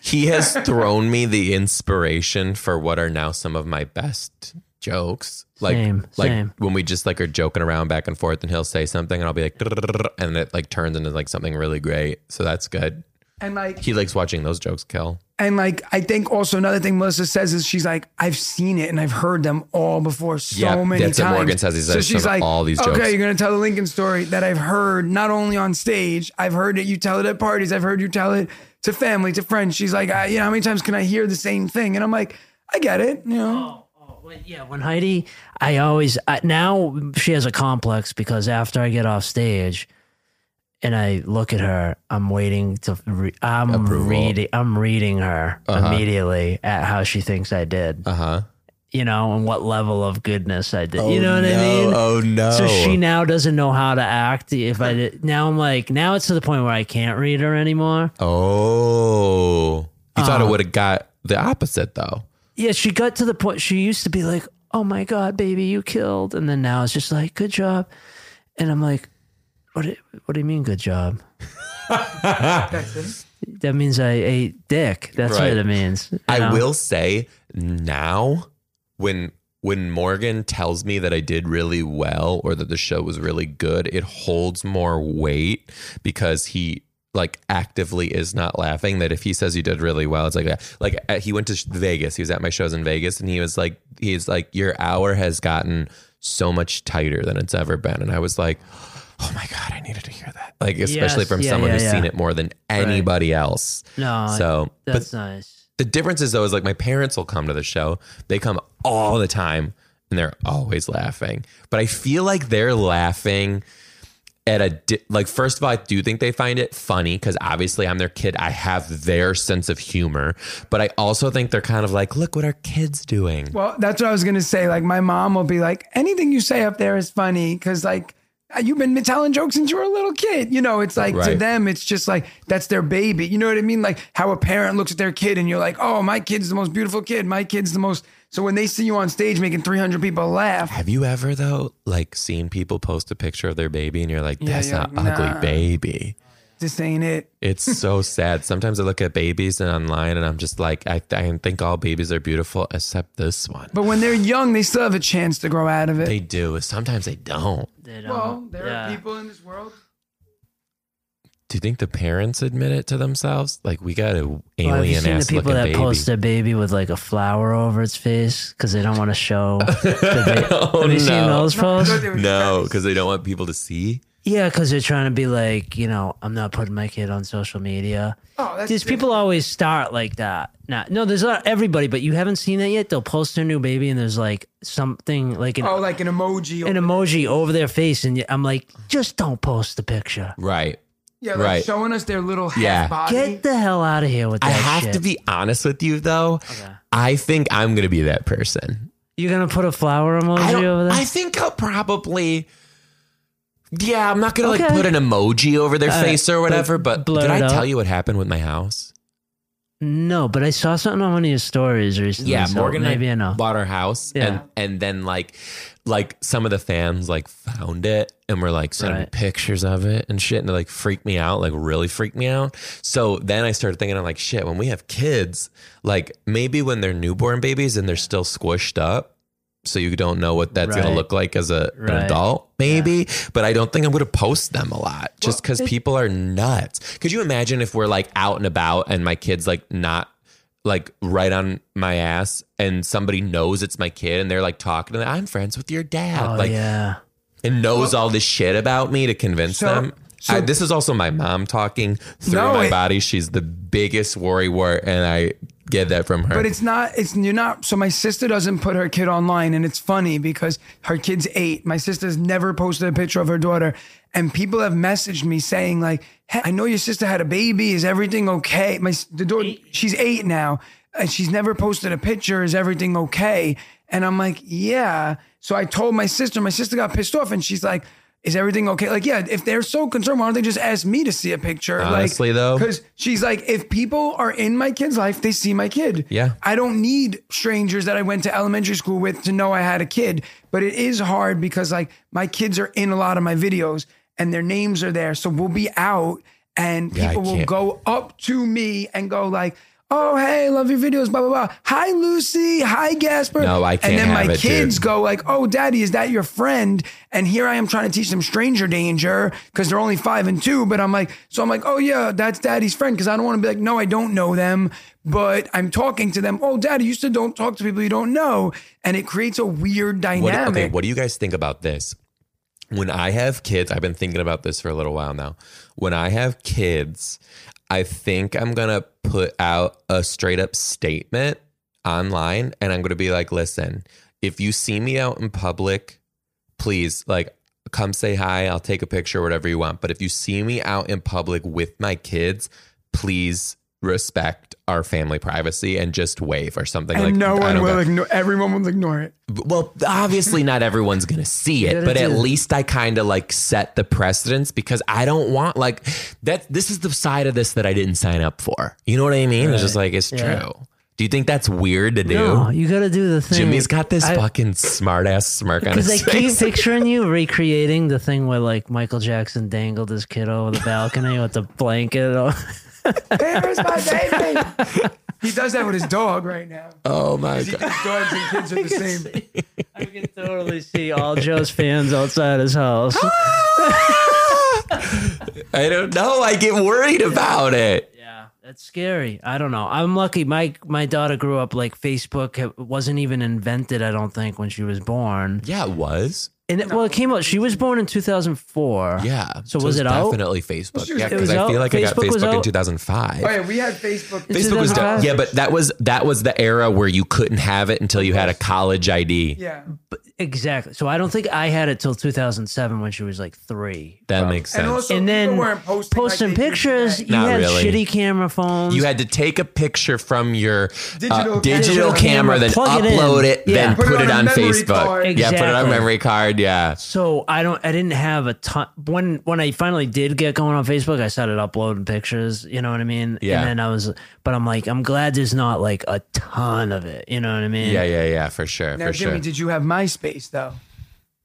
Speaker 1: he has thrown me the inspiration for what are now some of my best jokes. Like
Speaker 3: Same,
Speaker 1: like
Speaker 3: same.
Speaker 1: when we just like are joking around back and forth and he'll say something and I'll be like "Drrrr," and it like turns into like something really great. So that's good.
Speaker 2: And like
Speaker 1: He likes watching those jokes kill.
Speaker 2: and like I think also another thing Melissa says is she's like I've seen it and I've heard them all before so
Speaker 1: Yeah,
Speaker 2: many
Speaker 1: that's what
Speaker 2: times.
Speaker 1: Morgan says. He's
Speaker 2: so
Speaker 1: like,
Speaker 2: she's
Speaker 1: "Some-
Speaker 2: like
Speaker 1: all these
Speaker 2: okay,
Speaker 1: jokes."
Speaker 2: you're gonna tell the Lincoln story that I've heard not only on stage, I've heard it. You tell it at parties. I've heard you tell it to family, to friends. She's like, I, you know, how many times can I hear the same thing? And I'm like, I get it. You know,
Speaker 3: But yeah, when Heidi, I always I, now she has a complex because after I get off stage and I look at her, I'm waiting to re, I'm
Speaker 1: Approval.
Speaker 3: reading I'm reading her immediately at how she thinks I did,
Speaker 1: Uh-huh.
Speaker 3: you know, and what level of goodness I did. you know what I mean?
Speaker 1: Oh no.
Speaker 3: So she now doesn't know how to act. If I did, now I'm like now it's to the point where I can't read her anymore.
Speaker 1: Oh. You
Speaker 3: Ah.
Speaker 1: thought it would have got the opposite though.
Speaker 3: Yeah, she got to the point. She used to be like, "Oh my god, baby, you killed," and then now it's just like, "Good job," and I'm like, "What? Do, what do you mean, good job?" that means I ate dick. That's
Speaker 1: Right.
Speaker 3: what it means. you
Speaker 1: I
Speaker 3: know?
Speaker 1: will say now when when Morgan tells me that I did really well or that the show was really good, it holds more weight because he like actively is not laughing that if he says you did really well it's like yeah. like uh, he went to sh- Vegas he was at my shows in Vegas and he was like he's like your hour has gotten so much tighter than it's ever been and I was like oh my god I needed to hear that like especially
Speaker 3: Yes.
Speaker 1: from
Speaker 3: Yeah,
Speaker 1: someone
Speaker 3: yeah,
Speaker 1: who's seen
Speaker 3: yeah.
Speaker 1: it more than anybody else
Speaker 3: No,
Speaker 1: so but
Speaker 3: that's nice.
Speaker 1: the difference is though is like my parents will come to the show they come all the time and they're always laughing but i feel like they're laughing at a di- like first of all i do think they find it funny because obviously i'm their kid i have their sense of humor but i also think they're kind of like look what our kids doing
Speaker 2: Well, that's what I was gonna say. Like my mom will be like, anything you say up there is funny because like you've been telling jokes since you were a little kid. You know, it's like to
Speaker 1: Right.
Speaker 2: them, it's just like that's their baby. You know what I mean? Like how a parent looks at their kid and you're like, oh, my kid's the most beautiful kid. My kid's the most. So when they see you on stage making 300 people laugh,
Speaker 1: have you ever though like seen people post a picture of their baby and you're like that's
Speaker 2: yeah,
Speaker 1: not ugly
Speaker 2: nah.
Speaker 1: baby
Speaker 2: this ain't it.
Speaker 1: It's so sad. Sometimes I look at babies and online, and I'm just like, I, I think all babies are beautiful except this one.
Speaker 2: But when they're young, they still have a chance to grow out of it.
Speaker 1: They do. Sometimes they don't.
Speaker 3: They don't-
Speaker 2: well, there
Speaker 3: yeah.
Speaker 2: are people in this world.
Speaker 1: Do you think the parents admit it to themselves? Like we got a
Speaker 3: Well, have you
Speaker 1: alien
Speaker 3: seen the
Speaker 1: ass
Speaker 3: people
Speaker 1: looking
Speaker 3: that
Speaker 1: baby.
Speaker 3: post their baby with like a flower over its face because they don't want to show? that they-
Speaker 1: oh,
Speaker 3: have you seen
Speaker 1: no.
Speaker 3: those posts?
Speaker 2: They were just
Speaker 1: No,
Speaker 2: trying to-
Speaker 1: because they don't want people to see.
Speaker 3: Yeah, because they're trying to be like, you know, I'm not putting my kid on social media.
Speaker 2: Oh, that's
Speaker 3: These people always start like that. Nah, no, there's not everybody, but you haven't seen it yet. They'll post their new baby, and there's like something like an,
Speaker 2: Oh, like an emoji.
Speaker 3: an emoji over their face, and I'm like, just don't post the picture.
Speaker 1: Right.
Speaker 2: yeah, like
Speaker 1: right.
Speaker 2: showing us their little half
Speaker 1: Yeah.
Speaker 2: body.
Speaker 3: Get the hell out of here with that
Speaker 1: I have
Speaker 3: shit.
Speaker 1: to be honest with you, though. I think I'm gonna be that person.
Speaker 3: You're gonna put a flower
Speaker 1: I,
Speaker 3: emoji
Speaker 1: don't-
Speaker 3: over there?
Speaker 1: I think I'll probably. Yeah, I'm not gonna like
Speaker 3: Okay.
Speaker 1: put an emoji over their
Speaker 3: All
Speaker 1: face
Speaker 3: right,
Speaker 1: or whatever.
Speaker 3: but
Speaker 1: But,
Speaker 3: blur
Speaker 1: did
Speaker 3: it
Speaker 1: I
Speaker 3: out.
Speaker 1: tell you what happened with my house?
Speaker 3: no, but I saw something on one of your stories recently.
Speaker 1: Yeah,
Speaker 3: so
Speaker 1: Morgan
Speaker 3: Maybe I
Speaker 1: and I
Speaker 3: know.
Speaker 1: bought our house,
Speaker 3: Yeah.
Speaker 1: and and then like, like some of the fans like found it and were like sending me
Speaker 3: Right.
Speaker 1: pictures of it and shit, and they like freaked me out, like really freaked me out. So then I started thinking, I'm like, shit, when we have kids, like maybe when they're newborn babies and they're still squished up, so you don't know what that's gonna
Speaker 3: Right.
Speaker 1: look like as a, an
Speaker 3: Right.
Speaker 1: adult, maybe. But I don't think I'm gonna post them a lot, just because people are nuts. Could you imagine if we're like out and about and my kid's like not like right on my ass and somebody knows it's my kid and they're like talking to them, I'm friends with your dad.
Speaker 3: Oh
Speaker 1: like
Speaker 3: yeah.
Speaker 1: and knows all this shit about me to convince
Speaker 2: So-
Speaker 1: them.
Speaker 2: so-
Speaker 1: I, this is also my mom talking through
Speaker 2: No,
Speaker 1: my
Speaker 2: it-
Speaker 1: body. She's the biggest worry wart and I get that from her.
Speaker 2: But it's not. It's you're not. So my sister doesn't put her kid online, and it's funny because her kid's eight. My sister's never posted a picture of her daughter, and people have messaged me saying like, hey, "I know your sister had a baby. Is everything okay?" My s- the daughter, she's eight now, and she's never posted a picture. Is everything okay? And I'm like, yeah. So I told my sister. My sister got pissed off, and she's like. Is everything okay? Like, yeah, if they're so concerned, why don't they just ask me to see a picture?
Speaker 1: Honestly,
Speaker 2: like,
Speaker 1: though.
Speaker 2: because she's like, if people are in my kid's life, they see my kid.
Speaker 1: Yeah.
Speaker 2: I don't need strangers that I went to elementary school with to know I had a kid. But it is hard because like my kids are in a lot of my videos and their names are there. So we'll be out and
Speaker 1: Yeah, I
Speaker 2: people will
Speaker 1: can't-
Speaker 2: go up to me and go like, Oh, hey, love your videos, blah, blah, blah. Hi, Lucy. Hi, Gasper.
Speaker 1: No, I can't
Speaker 2: And then
Speaker 1: have
Speaker 2: my
Speaker 1: it, dude.
Speaker 2: kids go like, Oh, daddy, is that your friend? And here I am trying to teach them stranger danger because they're only five and two. But I'm like, so I'm like, Oh, yeah, that's daddy's friend. Cause I don't want to be like, No, I don't know them. But I'm talking to them. Oh, daddy, you still don't talk to people you don't know. And it creates a weird
Speaker 1: What-
Speaker 2: dynamic.
Speaker 1: okay, what do you guys think about this? When I have kids, I've been thinking about this for a little while now. When I have kids, I think I'm gonna put out a straight up statement online and I'm gonna be like, listen, if you see me out in public, please like come say hi. I'll take a picture, whatever you want. But if you see me out in public with my kids, please respect our family privacy and just wave or something
Speaker 2: and
Speaker 1: like
Speaker 2: no
Speaker 1: I
Speaker 2: one
Speaker 1: don't
Speaker 2: will
Speaker 1: know.
Speaker 2: ignore, everyone will ignore it.
Speaker 1: Well, obviously not everyone's gonna see it,
Speaker 3: gotta
Speaker 1: but at
Speaker 3: do-
Speaker 1: least I kind of like set the precedence because I don't want like that. This is the side of this that I didn't sign up for. You know what I mean? It's just like it's
Speaker 3: Yeah.
Speaker 1: true. Do you think that's weird to do?
Speaker 3: No, you gotta do the thing.
Speaker 1: Jimmy's got this
Speaker 3: I-
Speaker 1: fucking smart ass smirk on his
Speaker 3: Because I keep
Speaker 1: face.
Speaker 3: picturing you recreating the thing where like Michael Jackson dangled his kid over the balcony with the blanket. on.
Speaker 2: Where's my baby? he does that with his dog right now.
Speaker 1: oh my god!
Speaker 2: His dogs and kids are the same.
Speaker 3: I can totally see all Joe's fans outside his house.
Speaker 1: I don't know. I get worried about it.
Speaker 3: Yeah, that's scary. I don't know. I'm lucky. My my daughter grew up like Facebook ha- wasn't even invented. I don't think when she was born.
Speaker 1: Yeah, it was.
Speaker 3: And it, well, it came out. She was born in 2004.
Speaker 1: Yeah.
Speaker 3: So was it out?
Speaker 1: definitely Facebook?
Speaker 2: sure,
Speaker 1: Yeah,
Speaker 2: it
Speaker 1: because
Speaker 3: was
Speaker 1: I feel
Speaker 3: out.
Speaker 1: like I got
Speaker 3: Facebook was
Speaker 1: Facebook in
Speaker 3: out.
Speaker 1: 2005.
Speaker 2: Oh yeah, we had Facebook.
Speaker 3: It's
Speaker 1: Facebook was done.
Speaker 3: 2005.
Speaker 1: Yeah, but that was that was the era where you couldn't have it until you had a college ID.
Speaker 2: Yeah,
Speaker 3: Exactly. So I don't think I had it till 2007 when she was like three.
Speaker 1: That makes
Speaker 2: and
Speaker 1: sense.
Speaker 2: also
Speaker 3: And
Speaker 2: people
Speaker 3: then
Speaker 2: weren't posting, like
Speaker 3: Posting
Speaker 2: they do
Speaker 3: pictures,
Speaker 2: today.
Speaker 3: you
Speaker 1: Not
Speaker 3: had
Speaker 1: really.
Speaker 3: shitty camera phones.
Speaker 1: You had to take a picture from your digital,
Speaker 2: Digital
Speaker 1: uh, digital
Speaker 2: camera.
Speaker 1: camera, then
Speaker 3: Plug it in.
Speaker 1: upload it,
Speaker 3: Yeah.
Speaker 1: then put,
Speaker 2: Put it
Speaker 1: it
Speaker 2: on a
Speaker 1: on,
Speaker 2: memory
Speaker 1: Facebook.
Speaker 2: card.
Speaker 1: Yeah, put it on
Speaker 3: Exactly.
Speaker 1: memory card. Yeah.
Speaker 3: So I don't, I didn't have a ton. When when I finally did get going on Facebook, I started uploading pictures. You know what I mean?
Speaker 1: Yeah.
Speaker 3: And then I was, but I'm like, I'm glad there's not like a ton of it. You know what I mean?
Speaker 1: Yeah, yeah, yeah, for sure.
Speaker 2: Now,
Speaker 1: for
Speaker 2: Jimmy,
Speaker 1: sure.
Speaker 2: did you have MySpace though?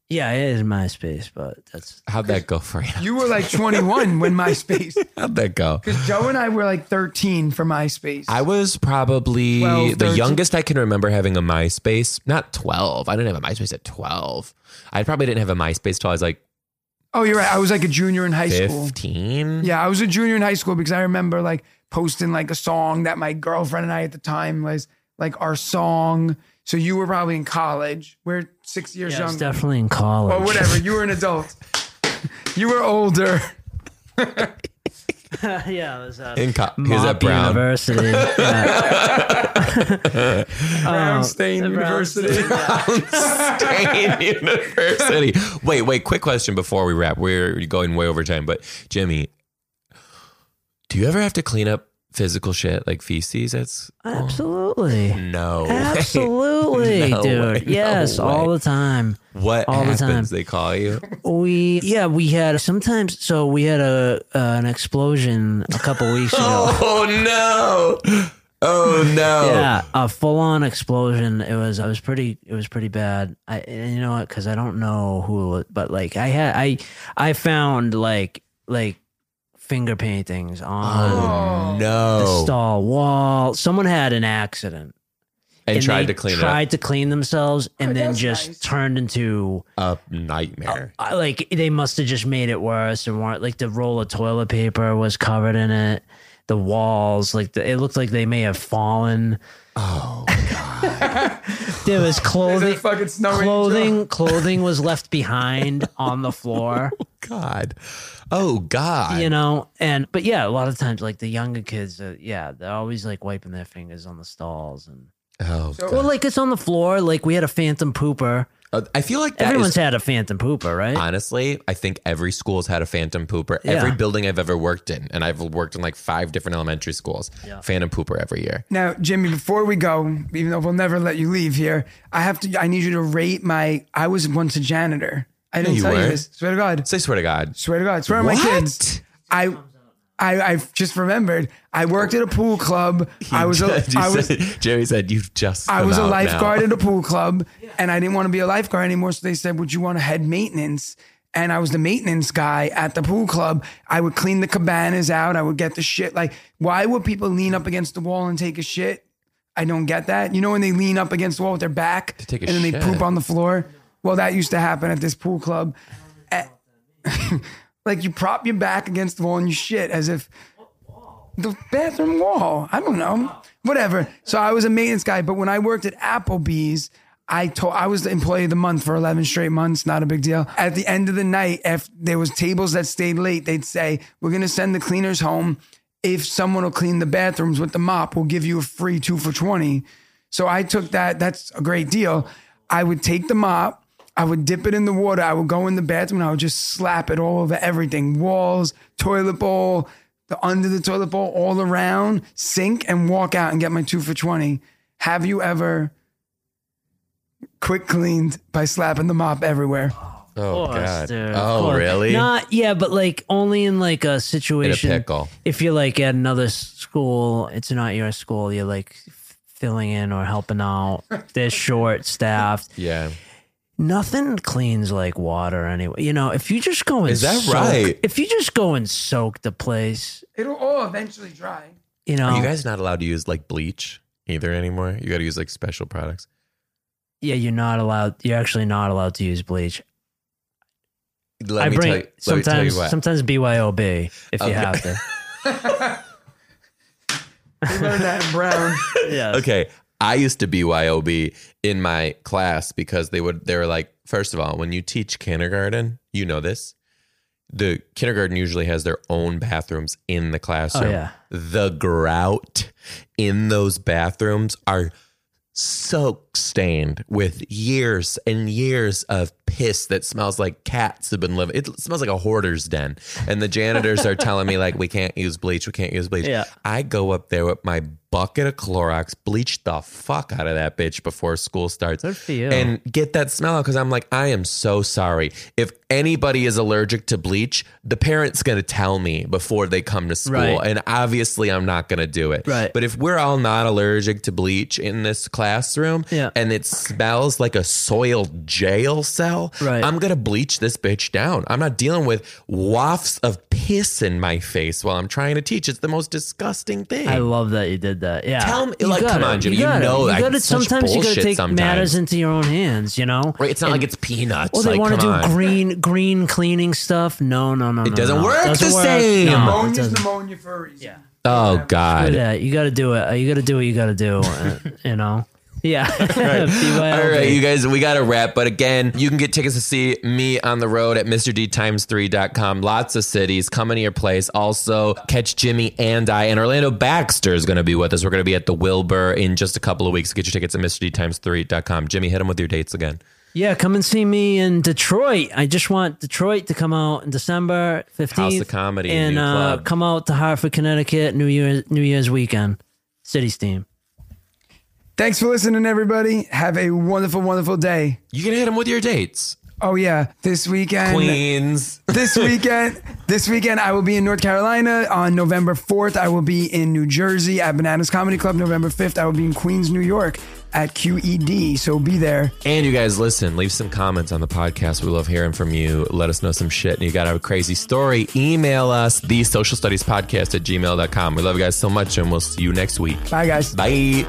Speaker 3: Yeah, it is MySpace, but that's
Speaker 1: How'd that go for you?
Speaker 2: You were like 21 when MySpace.
Speaker 1: How'd that go?
Speaker 2: Because Joe and I were like 13 for MySpace.
Speaker 1: I was probably
Speaker 2: 12,
Speaker 1: the
Speaker 2: 13.
Speaker 1: youngest I can remember having a MySpace. Not 12. I didn't have a MySpace at 12. I probably didn't have a MySpace till I was like
Speaker 2: oh, you're right. I was like a junior in high school.
Speaker 1: 15.
Speaker 2: Yeah, I was a junior in high school because I remember like posting like a song that my girlfriend and I at the time was like our song. So you were probably in college. We're six years
Speaker 3: yeah, it's
Speaker 2: younger.
Speaker 3: definitely in college.
Speaker 2: Or whatever. You were an adult. You were older.
Speaker 3: yeah, it was uh,
Speaker 1: In co- he was at
Speaker 3: Mop
Speaker 1: Brown.
Speaker 3: University. Yeah. Um,
Speaker 2: Brownstein University.
Speaker 1: Brownstein University. Wait, wait, quick question before we wrap. We're going way over time, but Jimmy, do you ever have to clean up physical shit like feces? That's
Speaker 3: Absolutely.
Speaker 1: no. way.
Speaker 3: Absolutely,
Speaker 1: No
Speaker 3: dude.
Speaker 1: way, no
Speaker 3: yes, all
Speaker 1: way.
Speaker 3: the time.
Speaker 1: What
Speaker 3: all the
Speaker 1: happens?
Speaker 3: time.
Speaker 1: They call you.
Speaker 3: We yeah, we had sometimes. So we had a uh, an explosion a couple weeks ago.
Speaker 1: Oh no. Oh no.
Speaker 3: Yeah, a full on explosion. It was. I was pretty. It was pretty bad. I and you know what? Because I don't know who, but like I had. I I found like like finger paintings on
Speaker 1: Oh
Speaker 3: the
Speaker 1: no.
Speaker 3: stall wall. Someone had an accident
Speaker 1: and, tried to
Speaker 3: they
Speaker 1: clean it
Speaker 3: Tried to clean themselves and
Speaker 2: Oh,
Speaker 3: then
Speaker 2: that's
Speaker 3: just
Speaker 2: nice.
Speaker 3: turned into
Speaker 1: up. A nightmare.
Speaker 3: Uh, I- like they must have just made it worse and weren't like the roll of toilet paper was covered in it the walls like the, it looked like they may have fallen oh god there was
Speaker 2: Is
Speaker 3: clothing
Speaker 2: it fucking snowing?
Speaker 3: clothing clothing was left behind on the floor
Speaker 1: God. Oh God.
Speaker 3: you know and but yeah a lot of times like the younger kids uh, yeah they're always like wiping their fingers on the stalls and
Speaker 1: oh.
Speaker 2: So-
Speaker 1: God.
Speaker 3: well like it's on the floor like we had a phantom pooper
Speaker 1: Uh, I feel like that
Speaker 3: everyone's
Speaker 1: is
Speaker 3: had a phantom pooper right
Speaker 1: Honestly, I think every school's had a phantom pooper.
Speaker 3: Yeah.
Speaker 1: Every building I've ever worked in, and I've worked in like five different elementary schools, phantom pooper every year.
Speaker 2: Now, Jimmy, before we go, even though we'll never let you leave here, I have to. I need you to rate my. I was once a janitor. I didn't
Speaker 1: you
Speaker 2: tell
Speaker 1: were.
Speaker 2: you this. Swear to God.
Speaker 1: So I swear to God.
Speaker 2: Swear to God. Swear to my
Speaker 1: What?
Speaker 2: kids. I. I, I just remembered. I worked at a pool club. I was a,
Speaker 1: You
Speaker 2: I was
Speaker 1: said, Jerry said, "You've just."
Speaker 2: I
Speaker 1: come
Speaker 2: was a
Speaker 1: out now."
Speaker 2: lifeguard at a pool club, and I didn't want to be a lifeguard anymore. So they said, "Would you want to head maintenance?" And I was the maintenance guy at the pool club. I would clean the cabanas out. I would get the shit. Like, why would people lean up against the wall and take a shit? I don't get that. You know when they lean up against the wall with their back
Speaker 1: take a
Speaker 2: and then they
Speaker 1: shit.
Speaker 2: poop on the floor. Well, that used to happen at this pool club. Eh, like you prop your back against the wall and you shit as if the bathroom wall. I don't know. Whatever. So I was a maintenance guy, but when I worked at Applebee's, I told I was the employee of the month for 11 straight months, not a big deal. At the end of the night, if there was tables that stayed late, they'd say, "We're going to send the cleaners home. If someone will clean the bathrooms with the mop, we'll give you a free 2 for 20." So I took that. That's a great deal. I would take the mop, I would dip it in the water, I would go in the bathroom, and I would just slap it all over everything walls, toilet bowl, the under the toilet bowl, all around, sink, and walk out and get my two for 20. Have you ever quick cleaned by slapping the mop everywhere?
Speaker 1: Oh
Speaker 3: course,
Speaker 1: God.
Speaker 3: dude, of
Speaker 1: oh
Speaker 3: course.
Speaker 1: really?
Speaker 3: Not yeah, but like only in like a
Speaker 1: in a
Speaker 3: situation.
Speaker 1: pickle.
Speaker 3: If you're like at another s- school, it's not your school. You're like f- filling in or helping out. They're short staffed.
Speaker 1: Yeah.
Speaker 3: Nothing cleans like water anyway. You know, if you just go and
Speaker 1: Is that
Speaker 3: soak-
Speaker 1: right?
Speaker 3: If you just go and soak the place,
Speaker 2: It'll all eventually dry.
Speaker 3: you know,
Speaker 1: Are you guys not allowed to use like bleach either anymore? You got to use like special products.
Speaker 3: yeah, you're not allowed. You're actually not allowed to use bleach.
Speaker 1: Let
Speaker 3: I
Speaker 1: me
Speaker 3: bring
Speaker 1: tell you. Let me tell
Speaker 3: sometimes
Speaker 1: you what.
Speaker 3: sometimes BYOB if you
Speaker 1: Okay.
Speaker 3: have to.
Speaker 2: We learned that in Brown.
Speaker 3: Yeah.
Speaker 1: okay. I used to BYOB in my class because they would they were like, first of all, when you teach kindergarten, you know this. The kindergarten usually has their own bathrooms in the classroom.
Speaker 3: Oh, yeah.
Speaker 1: The grout in those bathrooms are soak stained with years and years of piss that smells like cats have been living. It smells like a hoarder's den. And the janitors are telling me like we can't use bleach, we can't use bleach.
Speaker 3: Yeah.
Speaker 1: I go up there with my bucket of Clorox, bleach the fuck out of that bitch before school starts.
Speaker 3: Good for you.
Speaker 1: And get that smell out because I'm like, I am so sorry. If anybody is allergic to bleach, the parent's gonna tell me before they come to school.
Speaker 3: Right.
Speaker 1: And obviously I'm not gonna do it.
Speaker 3: Right.
Speaker 1: But if we're all not allergic to bleach in this classroom
Speaker 3: Yeah.
Speaker 1: and it smells like a soiled jail cell,
Speaker 3: Right.
Speaker 1: I'm gonna bleach this bitch down. I'm not dealing with wafts of piss in my face while I'm trying to teach. It's the most disgusting thing.
Speaker 3: I love that you did that. Yeah.
Speaker 1: Tell me- like,
Speaker 3: got
Speaker 1: come
Speaker 3: it.
Speaker 1: on, Jimmy, you
Speaker 3: got it.
Speaker 1: know that.
Speaker 3: You got it.
Speaker 1: It's such
Speaker 3: Sometimes you got to
Speaker 1: bullshit
Speaker 3: take
Speaker 1: sometimes.
Speaker 3: matters into your own hands. You know.
Speaker 1: Right, it's not like it's peanuts.
Speaker 3: Well, they
Speaker 1: like,
Speaker 3: want to
Speaker 1: come
Speaker 3: do
Speaker 1: on.
Speaker 3: green green cleaning stuff. No, no, no. It
Speaker 1: doesn't work the same.
Speaker 3: No, it
Speaker 2: Ammonia's
Speaker 3: doesn't.
Speaker 2: pneumonia for a reason. Yeah.
Speaker 1: Oh God.
Speaker 3: Yeah, you got to do it. You got to do what you got to do. uh, you know. Yeah. BYOB.
Speaker 1: All right, you guys, we got to wrap. But again, you can get tickets to see me on the road at MrDTimes3.com. Lots of cities. Come into your place. Also, catch Jimmy and I. And Orlando Baxter is going to be with us. We're going to be at the Wilbur in just a couple of weeks. Get your tickets at MrDTimes3.com. Jimmy, hit them with your dates again.
Speaker 3: Yeah, come and see me in Detroit. I just want Detroit to come out in December fifteenth.
Speaker 1: House of Comedy,
Speaker 3: and
Speaker 1: new
Speaker 3: uh,
Speaker 1: club.
Speaker 3: come out to Hartford, Connecticut, New Year's New Year's weekend. City's team.
Speaker 2: Thanks for listening, everybody. Have a wonderful, wonderful day.
Speaker 1: You can hit them with your dates.
Speaker 2: Oh yeah, this weekend.
Speaker 1: Queens.
Speaker 2: this weekend this weekend i will be in north carolina on november 4th i will be in new jersey at bananas comedy club november 5th i will be in queens new york at qed so be there
Speaker 1: And you guys, listen, leave some comments on the podcast. We love hearing from you. Let us know some shit. And you got a crazy story, email us, the social studies podcast at gmail.com. We love you guys so much, and we'll see you next week.
Speaker 2: bye guys
Speaker 1: Bye.